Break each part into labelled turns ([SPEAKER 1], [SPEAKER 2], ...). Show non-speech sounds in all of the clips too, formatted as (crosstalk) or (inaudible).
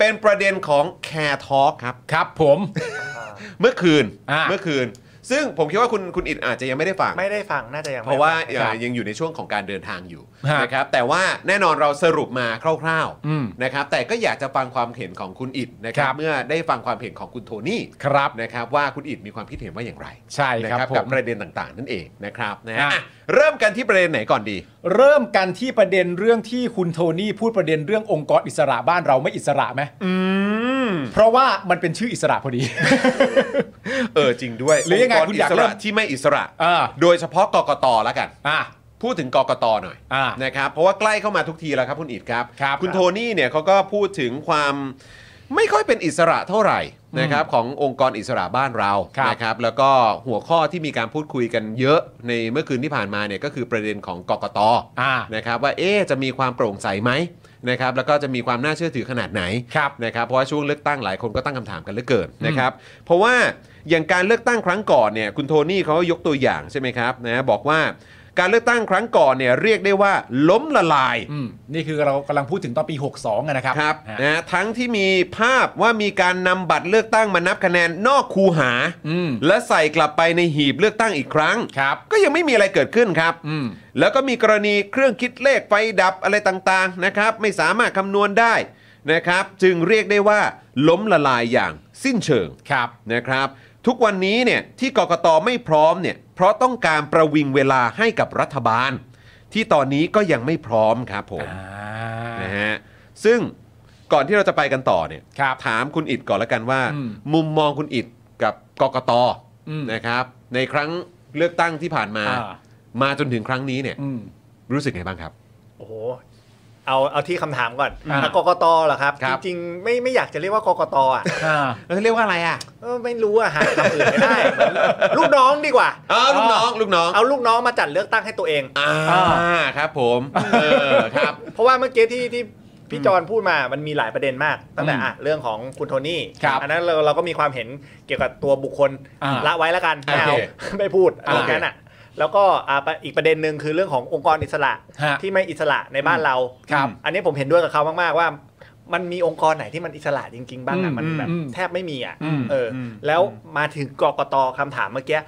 [SPEAKER 1] เป็นประเด็นของแคร์ทอ l k ครับ
[SPEAKER 2] ครับผม (laughs)
[SPEAKER 1] เมื่อคืน
[SPEAKER 2] อ่า
[SPEAKER 1] เมื่อคืน ซึ่งผมคิดว่าคุณคุณอิดอาจจะยังไม่ได้ฟัง
[SPEAKER 3] ไม่ได้ฟังน่าจะยังไม่
[SPEAKER 1] เพราะว่า
[SPEAKER 3] ฟัง
[SPEAKER 1] เอ่อ
[SPEAKER 2] ครับ
[SPEAKER 1] ยังอยู่ในช่วงของการเดินทางอยู่
[SPEAKER 2] ฮะ
[SPEAKER 1] นะครับแต่ว่าแน่นอนเราสรุปมาคร่าว
[SPEAKER 2] อืม
[SPEAKER 1] ๆนะครับแต่ก็อยากจะฟังความเห็นของคุณอิดนะครั
[SPEAKER 2] ครับ บ
[SPEAKER 1] เมื่อได้ฟังความเห็นของคุณโทนี่
[SPEAKER 2] ครับ
[SPEAKER 1] นะครับว่าคุณอิดมีความคิดเห็นว่าอย่างไร
[SPEAKER 2] ใช่
[SPEAKER 1] นะครับ
[SPEAKER 2] ผ
[SPEAKER 1] กั
[SPEAKER 2] ม
[SPEAKER 1] บประเด็นต่างๆ นั่นเองนะครับนะฮะ
[SPEAKER 2] อ่ะ
[SPEAKER 1] อ่ะเริ่มกันที่ประเด็นไหนก่อนดี
[SPEAKER 2] เริ่มกันที่ประเด็นเรื่องที่คุณโทนี่พูดประเด็นเรื่ององค์กรอิสระบ้านเราไม่อิสระไหม
[SPEAKER 1] อืม
[SPEAKER 2] เพราะว่ามันเป็นชื่ออิสระพอดี (laughs)
[SPEAKER 1] เออจริงด้วย
[SPEAKER 2] หรือยังไง
[SPEAKER 1] ค์ก
[SPEAKER 2] คุณอยาก
[SPEAKER 1] ส
[SPEAKER 2] เริ่
[SPEAKER 1] ระ
[SPEAKER 2] ม
[SPEAKER 1] ที่ไม่อิสระ
[SPEAKER 2] อ่า
[SPEAKER 1] โดยเฉพาะกกตแล้วกัน
[SPEAKER 2] อ่า
[SPEAKER 1] พูดถึงกกตหน่อย
[SPEAKER 2] อ่า
[SPEAKER 1] นะครับเพราะว่าใกล้เข้ามาทุกทีแล้วครับคุณอิดครับ
[SPEAKER 2] ครับ
[SPEAKER 1] ณโทนี่เนี่ยเขาก็พูดถึงความไม่ค่อยเป็นอิสระเท่าไหร่นะครับขององค์กรอิสระบ้านเรา
[SPEAKER 2] ครับ
[SPEAKER 1] นะครับแล้วก็หัวข้อที่มีการพูดคุยกันเยอะในเมื่อคืนที่ผ่านมาเนี่ยก็คือประเด็นของกกต
[SPEAKER 2] อ่า
[SPEAKER 1] นะครับว่าเอ๊ะจะมีความโปร่งใสไหมนะครับแล้วก็จะมีความน่าเชื่อถือขนาดไหน
[SPEAKER 2] ครับ
[SPEAKER 1] นะครับเพราะว่าช่วงเลือกตั้งหลายคนก็ตั้งคำถามกันเหลือเกินนะครับเพราะว่าอย่างการเลือกตั้งครั้งก่อนเนี่ยคุณโทนี่เขายกตัวอย่างใช่ไหมครับนะบอกว่า การเลือกตั้งครั้งก่อนเนี่ยเรียกได้ว่าล้มละลาย
[SPEAKER 2] อืมนี่คือเรากำลังพูดถึงตอนปี 62อะนะครับ
[SPEAKER 1] ครับ
[SPEAKER 2] ฮะ
[SPEAKER 1] นะทั้งที่มีภาพว่ามีการนำบัตรเลือกตั้งมานับคะแนนนอกคูหา
[SPEAKER 2] อืม
[SPEAKER 1] และใส่กลับไปในหีบเลือกตั้งอีกครั้ง
[SPEAKER 2] ครับ
[SPEAKER 1] ก็ยังไม่มีอะไรเกิดขึ้นครับ
[SPEAKER 2] อืม
[SPEAKER 1] แล้วก็มีกรณีเครื่องคิดเลขไฟดับอะไรต่างๆนะครับ ไม่สามารถคำนวณได้นะครับ จึงเรียกได้ว่าล้มละลายอย่างสิ้นเชิง
[SPEAKER 2] ครับ
[SPEAKER 1] นะครับ ทุกวันนี้เนี่ยที่กกตไม่พร้อมเนี่ยเพราะต้องการประวิงเวลาให้กับรัฐบาล ที่ตอนนี้ก็ยังไม่พร้อมครับผม
[SPEAKER 2] อ่า
[SPEAKER 1] นะฮะซึ่งก่อนที่เราจะไปกันต่อเนี่ย
[SPEAKER 2] ครับ
[SPEAKER 1] ถามคุณอิดก่อนละกันว่า
[SPEAKER 2] อืม
[SPEAKER 1] มุมมองคุณอิดกับกกต
[SPEAKER 2] อืม
[SPEAKER 1] นะครับ ในครั้งเลือกตั้งที่ผ่านมา
[SPEAKER 2] อ่า
[SPEAKER 1] มาจนถึงครั้งนี้เนี่ย
[SPEAKER 2] อืม
[SPEAKER 1] รู้สึกไงบ้างครับ
[SPEAKER 3] โอ้โห เอาเอาที่คำถามก่อน
[SPEAKER 2] อ่า
[SPEAKER 3] แล้วกกตเหรอครับ
[SPEAKER 1] ครับ
[SPEAKER 3] จริงๆ ไม่ไม่อยากจะเรียกว่ากกตอ่ะ
[SPEAKER 2] อ่า
[SPEAKER 1] เราเรียกว่าอะไรอ่ะ
[SPEAKER 3] เออไม่รู้อ่ะหาคำอื่นไม่ได้เห
[SPEAKER 1] (laughs)
[SPEAKER 3] มือนลูกน้องดีกว่า
[SPEAKER 1] อ๋อลูกน้องลูกน้อง
[SPEAKER 3] เอาลูกน้องมาจัดเลือกตั้งให้ตัวเอง
[SPEAKER 1] อ่าครับผมเออครับ
[SPEAKER 3] เพราะว่าเมื่อกี้ที่ที่พี่จอนพูดมา มันมีหลายประเด็นมาก ตั้งแต่
[SPEAKER 2] อืม
[SPEAKER 3] อ่ะเรื่องของคุณโทนี่
[SPEAKER 2] ครับ
[SPEAKER 3] อันนั้นเราเราก็มีความเห็นเกี่ยวกับตัวบุคคล
[SPEAKER 2] อ่า
[SPEAKER 3] ละไว้แล้วกันไม่เอา
[SPEAKER 1] โอเค
[SPEAKER 3] ไม่พูด
[SPEAKER 1] โอ
[SPEAKER 3] ต
[SPEAKER 1] เค
[SPEAKER 3] รงนั้นอ่ะ แล้วก็อ่ะอีกประเด็นหนึ่งคือเรื่องขององค์กรอิสระ
[SPEAKER 2] ฮะ
[SPEAKER 3] ที่ไม่อิสระในบ้านเรา
[SPEAKER 2] ครับ
[SPEAKER 3] อันนี้ผมเห็นด้วยกับเขามากๆว่า มันมีองค์กรไหนที่มันอิสระจริง ๆ บ้าง
[SPEAKER 2] อื
[SPEAKER 3] อ่ะ
[SPEAKER 2] ม
[SPEAKER 3] มันแบบ
[SPEAKER 2] อืม
[SPEAKER 3] แทบไม่มีอ่ะ
[SPEAKER 2] อืม
[SPEAKER 3] เอออ
[SPEAKER 1] ม
[SPEAKER 3] แล้วมาถึงกกตคำถามเมื่อกี้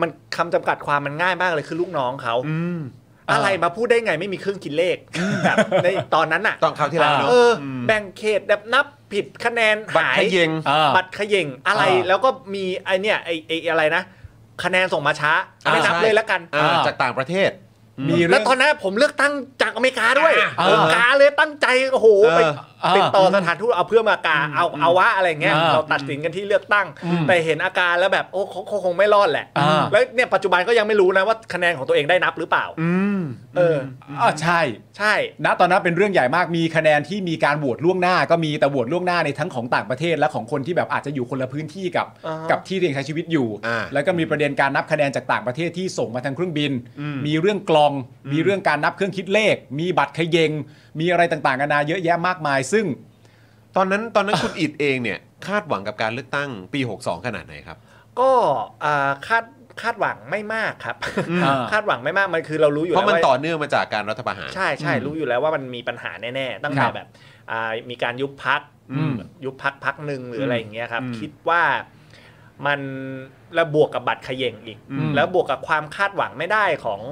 [SPEAKER 3] มันคำจำกัดความมันง่ายมากเลยคือลูกน้องเขา
[SPEAKER 1] อืม
[SPEAKER 3] อะไรมาพูดได้ไงไม่มีเครื่องคิดเลขแบบ (laughs) ในตอนนั้นน่ะ
[SPEAKER 1] ตอนคราวที่แล้วเนอะ
[SPEAKER 3] เอออ แบ่งเขตแบบนับผิดคะแนน
[SPEAKER 1] บัตร
[SPEAKER 3] หาย
[SPEAKER 1] เขยิง
[SPEAKER 2] อ่า
[SPEAKER 3] บัตรเขย่งอะไร
[SPEAKER 2] อ่า
[SPEAKER 3] แล้วก็มีไอเนี่ยไอไออะไรนะ คะแนนส่งมาช้า
[SPEAKER 1] อ่า
[SPEAKER 3] ไม่นับ
[SPEAKER 1] ใช่
[SPEAKER 3] เลยละกัน
[SPEAKER 1] อ่า
[SPEAKER 2] อ่า
[SPEAKER 1] จากต่างประเทศ
[SPEAKER 2] มี
[SPEAKER 3] แล้
[SPEAKER 2] เรื่
[SPEAKER 3] ว
[SPEAKER 2] อง
[SPEAKER 3] ตอนนั้นผมเลือกตั้งจากอเมริกาด้วย
[SPEAKER 2] อ่า
[SPEAKER 3] ผมกาเลยตั้งใจโอ้โห
[SPEAKER 1] เออ
[SPEAKER 3] ไป
[SPEAKER 2] อ่า
[SPEAKER 3] ติดต่อสถานทูตเอาเพื่อมากาเอาเอาวะอะไรเงี้ย
[SPEAKER 2] อ่า
[SPEAKER 3] เราตัดสินกันที่เลือกตั้ง
[SPEAKER 2] อืม
[SPEAKER 3] แต่เห็นอาการแล้วแบบโอ้เขาเขาคงไม่รอดแหละ
[SPEAKER 2] อ่า
[SPEAKER 3] แล้วเนี่ยปัจจุบันก็ยังไม่รู้นะว่าคะแนนของตัวเองได้นับหรือเปล่า
[SPEAKER 1] อืม
[SPEAKER 3] เออ
[SPEAKER 2] อ่าใช่
[SPEAKER 3] ใช่
[SPEAKER 2] ณตอนนั้นเป็นเรื่องใหญ่มากมีคะแนนที่มีการโหวตล่วงหน้าก็มีแต่โหวตล่วงหน้าในทั้งของต่างประเทศและของคนที่แบบอาจจะอยู่คนละพื้นที่กับ
[SPEAKER 3] อ่าฮะ
[SPEAKER 2] กับที่เรียนใช้ชีวิตอยู่
[SPEAKER 1] อ่า
[SPEAKER 2] แล้วก็มีประเด็นการนับคะแนนจากต่างประเทศที่ส่งมาทางเครื่องบิน มีเรื่องกลอง มีเรื่องการนับเครื่องคิดเลข มีบัตรเขยงมีอะไรต่างๆกันานาเยอะแยะมากมาย ซึ่ง
[SPEAKER 1] ตอนนั้นตอนนั้นคุณอิดเองเนี่ย คาดหวังกับการเลือกตั้งปี 62 ขนาดไหนครับ
[SPEAKER 3] ก็อ่าคาดคาดหวังไม่มากครับ
[SPEAKER 2] อ่า
[SPEAKER 3] คาดหวังไม่มากมันคือเรารู้อยู่
[SPEAKER 1] เพ
[SPEAKER 3] แล้ว
[SPEAKER 1] ราะมัน
[SPEAKER 3] ว่า
[SPEAKER 1] ต่อเนื่องมาจากการรัฐประหาร
[SPEAKER 3] ใช่ใช่
[SPEAKER 2] อืม
[SPEAKER 3] รู้อยู่แล้วว่ามันมีปัญหาแน่ๆตั้ง
[SPEAKER 2] ค
[SPEAKER 3] แต่
[SPEAKER 2] รับ
[SPEAKER 3] แบบอ่ามีการยุบพัก
[SPEAKER 2] อืม
[SPEAKER 3] ยุบพักพักหนึ่งหรืออะไรอย่างเงี้ยครับ
[SPEAKER 1] อืม
[SPEAKER 3] คิดว่ามันแล้วบวกกับบัตรเขย่งอีก
[SPEAKER 1] อืม
[SPEAKER 3] แล้วบวกกับความคาดหวังไม่ได้ของ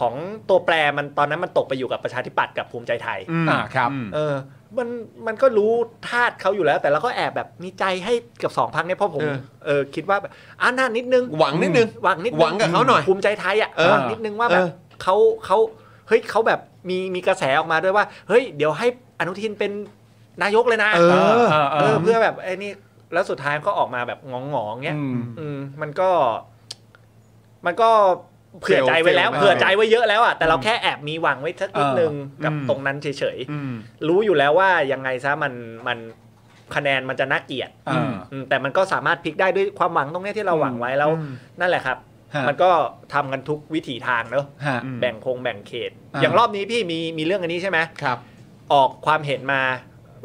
[SPEAKER 3] ของตัวแปรมันตอนนั้นมันตกไปอยู่กับประชาธิปัตย์กับภูมิใจไทย
[SPEAKER 1] ม
[SPEAKER 2] อ่าครับ
[SPEAKER 1] อืม
[SPEAKER 3] เออ มัน มันก็รู้ธาตุเขาอยู่แล้ว แต่เราก็แอบแบบมีใจให้กับสองพักเนี่ยเพราะผม
[SPEAKER 1] เออ
[SPEAKER 3] เออ คิดว่าแบบอ่ะน่านิดนึง
[SPEAKER 1] หวังนิดนึง
[SPEAKER 3] หวังนิดนึ
[SPEAKER 1] หวังกับเขาหน่อย
[SPEAKER 3] ภูมิใจไทยอ่ะ
[SPEAKER 1] เออ
[SPEAKER 3] หวังนิดนึงว่าแบบ
[SPEAKER 1] เออ
[SPEAKER 3] เขาเขาเฮ้ยเขาแบบมีมีกระแสออกมาด้วยว่า เฮ้ย เดี๋ยวให้อนุทินเป็นนายกเลยนะ
[SPEAKER 1] เออ
[SPEAKER 3] เออ เพื่อแบบไอ้นี่ แล้วสุดท้ายก็ออกมาแบบงองๆเงี้ย
[SPEAKER 2] ม
[SPEAKER 3] อืมมันก็ มันก็เผื่อ
[SPEAKER 1] Fail-
[SPEAKER 3] ใจไว้แล้ว
[SPEAKER 1] fail
[SPEAKER 3] เผื่อใจไว้เยอะแล้วอ่ะแต่เราแค่แอบมีหวังไว้สักนิด
[SPEAKER 2] เออ
[SPEAKER 3] นึงกับ
[SPEAKER 1] อืม
[SPEAKER 3] ตรงนั้นเฉยๆ
[SPEAKER 1] อืม
[SPEAKER 3] รู้อยู่แล้วว่ายังไงซะมันมันคะแนนมันจะน่าเกลียด
[SPEAKER 2] อ่า
[SPEAKER 3] อืมแต่มันก็สามารถพลิกได้ด้วยความหวังตรงเนี้ยที่เราหวังไว้แล้ว
[SPEAKER 1] อืม
[SPEAKER 3] นั่นแหละครับ
[SPEAKER 2] ฮะ
[SPEAKER 3] มันก็ทำกันทุกวิถีทางเนอะ
[SPEAKER 2] ฮะ
[SPEAKER 1] อืม
[SPEAKER 3] แบ่งคงแบ่งเขต
[SPEAKER 2] อ่า
[SPEAKER 3] อย่างรอบนี้พี่มีมีเรื่องอันนี้ใช่ไหม
[SPEAKER 1] ครับ
[SPEAKER 3] ออกความเห็นมา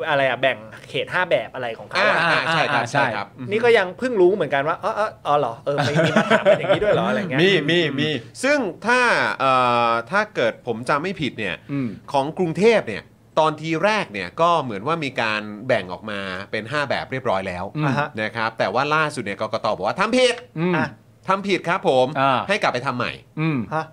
[SPEAKER 3] อะไรอะแบ่งเขตห้าแบบอะไรของเขา
[SPEAKER 1] อ่า
[SPEAKER 3] อะ
[SPEAKER 1] อ่าใช่ครับ
[SPEAKER 2] อ่าใช่
[SPEAKER 1] ใช่ครับอืม
[SPEAKER 3] นี่ก็ยังเพิ่งรู้เหมือนกันว่าเออเอออ๋อเหรอเออมีมีมาถามกันอย่างนี้ด้วยเหรออะไรเงี้ย
[SPEAKER 2] มีมีมี
[SPEAKER 1] ซึ่งถ้าเอ่อถ้าเกิดผมจำไม่ผิดเนี่ย
[SPEAKER 2] อืม
[SPEAKER 1] ของกรุงเทพเนี่ย ตอนทีแรกเนี่ยก็เหมือนว่ามีการแบ่งออกมาเป็น 5 แบบเรียบร้อยแล้ว
[SPEAKER 2] อืม
[SPEAKER 3] อ่าฮะ
[SPEAKER 1] นะครับแต่ว่าล่าสุดเนี่ยกกตบอกว่าทำผิด
[SPEAKER 2] อืม
[SPEAKER 3] อ่ะ
[SPEAKER 1] ทำผิดครับผม
[SPEAKER 2] อ่า
[SPEAKER 1] ให้กลับไปทำใหม่
[SPEAKER 2] อืม
[SPEAKER 3] ฮะ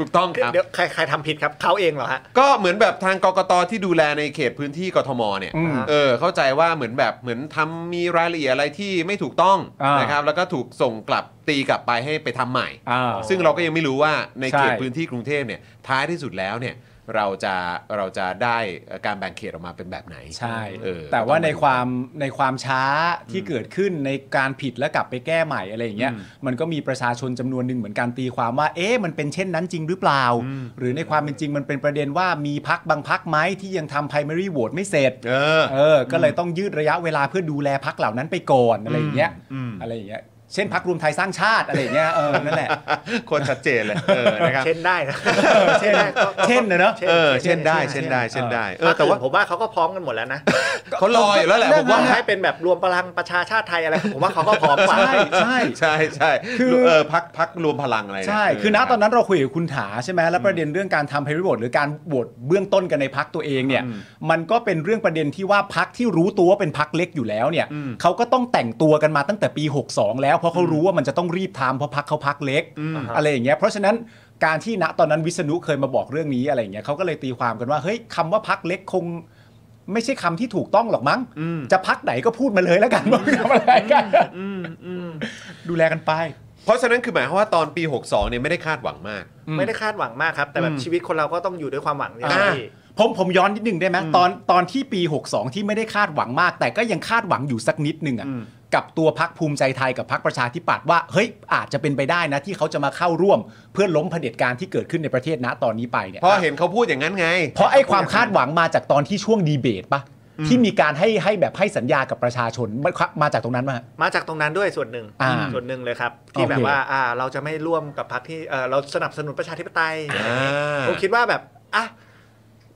[SPEAKER 1] ถูกต้องครับ
[SPEAKER 3] เดี๋ยวใครใครทำผิดครับเขาเองเหรอฮะ
[SPEAKER 1] ก็เหมือนแบบทางกกตที่ดูแลในเขตพื้นที่กทมเนี่ย
[SPEAKER 2] อืม
[SPEAKER 1] เออเข้าใจว่าเหมือนแบบเหมือนทำมีรายละเอียดอะไรที่ไม่ถูกต้อง
[SPEAKER 2] อ่าน
[SPEAKER 1] นะครับ แล้วก็ถูกส่งกลับตีกลับไปให้ไปทำใหม่
[SPEAKER 2] อ่า
[SPEAKER 1] ซึ่งเราก็ยังไม่รู้ว่าในเขต
[SPEAKER 2] ใช่
[SPEAKER 1] พื้นที่กรุงเทพเนี่ยท้ายที่สุดแล้วเนี่ยเราจะเราจะได้การแบ่งเขตออกมาเป็นแบบไหน
[SPEAKER 2] ใช่
[SPEAKER 1] เออ
[SPEAKER 2] แต่ว่าใน
[SPEAKER 1] ต้อง
[SPEAKER 2] ความในความช้าที่เกิดขึ้นในการผิดและกลับไปแก้ใหม่อะไรอย่างเงี้ยมันก็มีประชาชนจำนวนหนึ่งเหมือนการตีความว่า เอ๊ะมันเป็นเช่นนั้นจริงหรือเปล่า หรือในความเป็นจริงมันเป็นประเด็นว่ามีพักบางพักไหมที่ยังทำ primary vote ไม่เสร็จ
[SPEAKER 1] เออ
[SPEAKER 2] เออ ก็เลยต้องยืดระยะเวลาเพื่อดูแลพักเหล่านั้นไปก่อนอะไรอย่างเงี้ย
[SPEAKER 1] อืม
[SPEAKER 2] อะไรอย่างเงี้ยเช่นพักรวมไทยสร้างชาติอะไรอย่างเงี้ยเออนั่นแหละ
[SPEAKER 1] โคนชัดเจนเลยเออนะครับ
[SPEAKER 3] เช่นได้
[SPEAKER 1] (laughs)
[SPEAKER 3] นะ
[SPEAKER 2] เออเช่นเช่นนะเนอะ
[SPEAKER 1] เออเช่นได้เช่นได้เช่นได้เออแต่ว่า
[SPEAKER 3] ผมว่าเขาก็พร้อมกันหมดแล้วนะ
[SPEAKER 1] เขารออยู่แล้วแหละผม (laughs) ว่า
[SPEAKER 3] ว่าให้เป็นแบบรวมพลังประชาชาติไทยอะไร ผมว่าเขาก็พร้อมกว่า
[SPEAKER 2] ใช่ใช่
[SPEAKER 1] ใช่ใช่
[SPEAKER 2] คือ
[SPEAKER 1] เออพักพักรวมพลังอะไรเนี่ย
[SPEAKER 2] ใช่
[SPEAKER 1] เ
[SPEAKER 2] คือณตอนนั้นเราคุยกับคุณถาใช่ไหมแล้วประเด็นเรื่องการทำเพลย์บทหรือการบทเบื้องต้นกันในพักตัวเองเนี่ย มันก็เป็นเรื่องประเด็นที่ว่าพักที่รู้ตัวว่าเป็นพักเล็กอยู่แล้วเนี่ยเขาก็ต้องแต่งตัวกันมาตั้งแต่ปี 62 แล้วเพราะเขารู้ว่ามันจะต้องรีบทำเพราะพักเขาพักเล็ก อะไรอย่างเงี้ย เพราะฉะนั้นการที่ณตอนนั้นวิษณุเคยมาบอกเรื่องนี้อะไรอย่างเงี้ยเขาก็เลยตีความกันว่าเฮ้ยคำว่าพักเล็กคง ไม่ใช่คำที่ถูกต้องหรอกมั้ง จะพักไหนก็พูดมาเลยแล้วกันว่าทำอะไรกันดูแลกันไป
[SPEAKER 1] เพราะฉะนั้นคือหมายความว่าตอนปี 62เนี่ยไม่ได้คาดหวังมาก
[SPEAKER 3] ไม่ได้คาดหวังมากครับ แต่แบบชีวิตคนเราก็ต้องอยู่ด้วยความหวังเนี่ย
[SPEAKER 2] อ่า
[SPEAKER 3] พี่
[SPEAKER 2] ผมผมย้อนนิดนึงได้ไหมตอนตอนที่ปี 62 ที่ไม่ได้คาดหวังมาก แต่ก็ยังคาดหวังอยู่สักนิดนึงอ่ะกับตัวพักภูมิใจไทยกับพักประชาธิปัตย์ว่าเฮ้ยอาจจะเป็นไปได้นะที่เขาจะมาเข้าร่วม เพื่อล้มเผด็จการที่เกิดขึ้นในประเทศนะตอนนี้ไปเนี่ย
[SPEAKER 1] เพราะเห็นเขาพูดอย่างนั้นไง
[SPEAKER 2] เพราะไอ้ความคาดหวังมาจากตอนที่ช่วงดีเบตปะที่มีการให้ให้แบบให้สัญญากับประชาชนมันมาจากตรงนั้นมา
[SPEAKER 3] มาจากตรงนั้นด้วยส่วนหนึ่ง
[SPEAKER 2] อ่า
[SPEAKER 3] ส่วนหนึ่งเลยครับ ที่
[SPEAKER 2] โอเค
[SPEAKER 3] แบบว่าอ่าเราจะไม่ร่วมกับพรรคที่เอ่อเราสนับสนุนประชาธิปไตย
[SPEAKER 1] อ่า
[SPEAKER 3] ผมคิดว่าแบบอ่ะ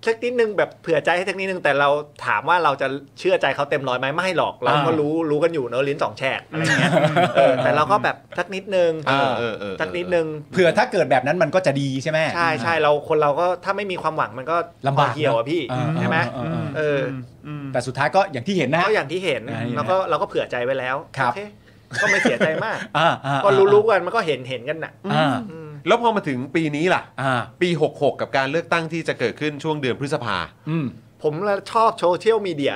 [SPEAKER 3] สักนิดนึงแบบเผื่อใจให้สักนิดนึงแต่เราถามว่าเราจะเชื่อใจเขาเต็มร้อยไหมไม่หรอก เราก็รู้รู้กันอยู่เนอะลิ้นสองแฉกอะไรเงี้ยเออแต่เราก็แบบสักนิดนึง
[SPEAKER 1] อ่าเออเออ
[SPEAKER 3] สักนิดนึง
[SPEAKER 2] เผื่อถ้าเกิดแบบนั้นมันก็จะดีใช่ไหม
[SPEAKER 3] ใช่ใช่เราคนเราก็ถ้าไม่มีความหวังมันก็
[SPEAKER 2] ลำบาก
[SPEAKER 3] คอเหี่ยวอะพี่
[SPEAKER 2] อ่า
[SPEAKER 3] ใช่ไหม
[SPEAKER 2] อ่าอ่า
[SPEAKER 3] เออ
[SPEAKER 2] แต่สุดท้ายก็อย่างที่เห็นนะฮะ
[SPEAKER 3] ก็อย่างที่เห็น
[SPEAKER 2] อ่า
[SPEAKER 3] แล้วก็เราก็เผื่อใจไว้แล้ว
[SPEAKER 2] ครับ
[SPEAKER 3] โอเก็ไม่เสียใจมาก
[SPEAKER 2] อ่าอ่า
[SPEAKER 3] ก็รู้ๆกันมันก็เห็นเห็นกันน่ะ
[SPEAKER 2] อ่า
[SPEAKER 3] อืม
[SPEAKER 1] แล้วพอมาถึงปีนี้ล่ะ
[SPEAKER 2] อ่า
[SPEAKER 1] ปี 66 กับการเลือกตั้งที่จะเกิดขึ้นช่วงเดือนพฤษภา
[SPEAKER 2] อืม
[SPEAKER 3] ผมละชอบโซเชียลมีเดีย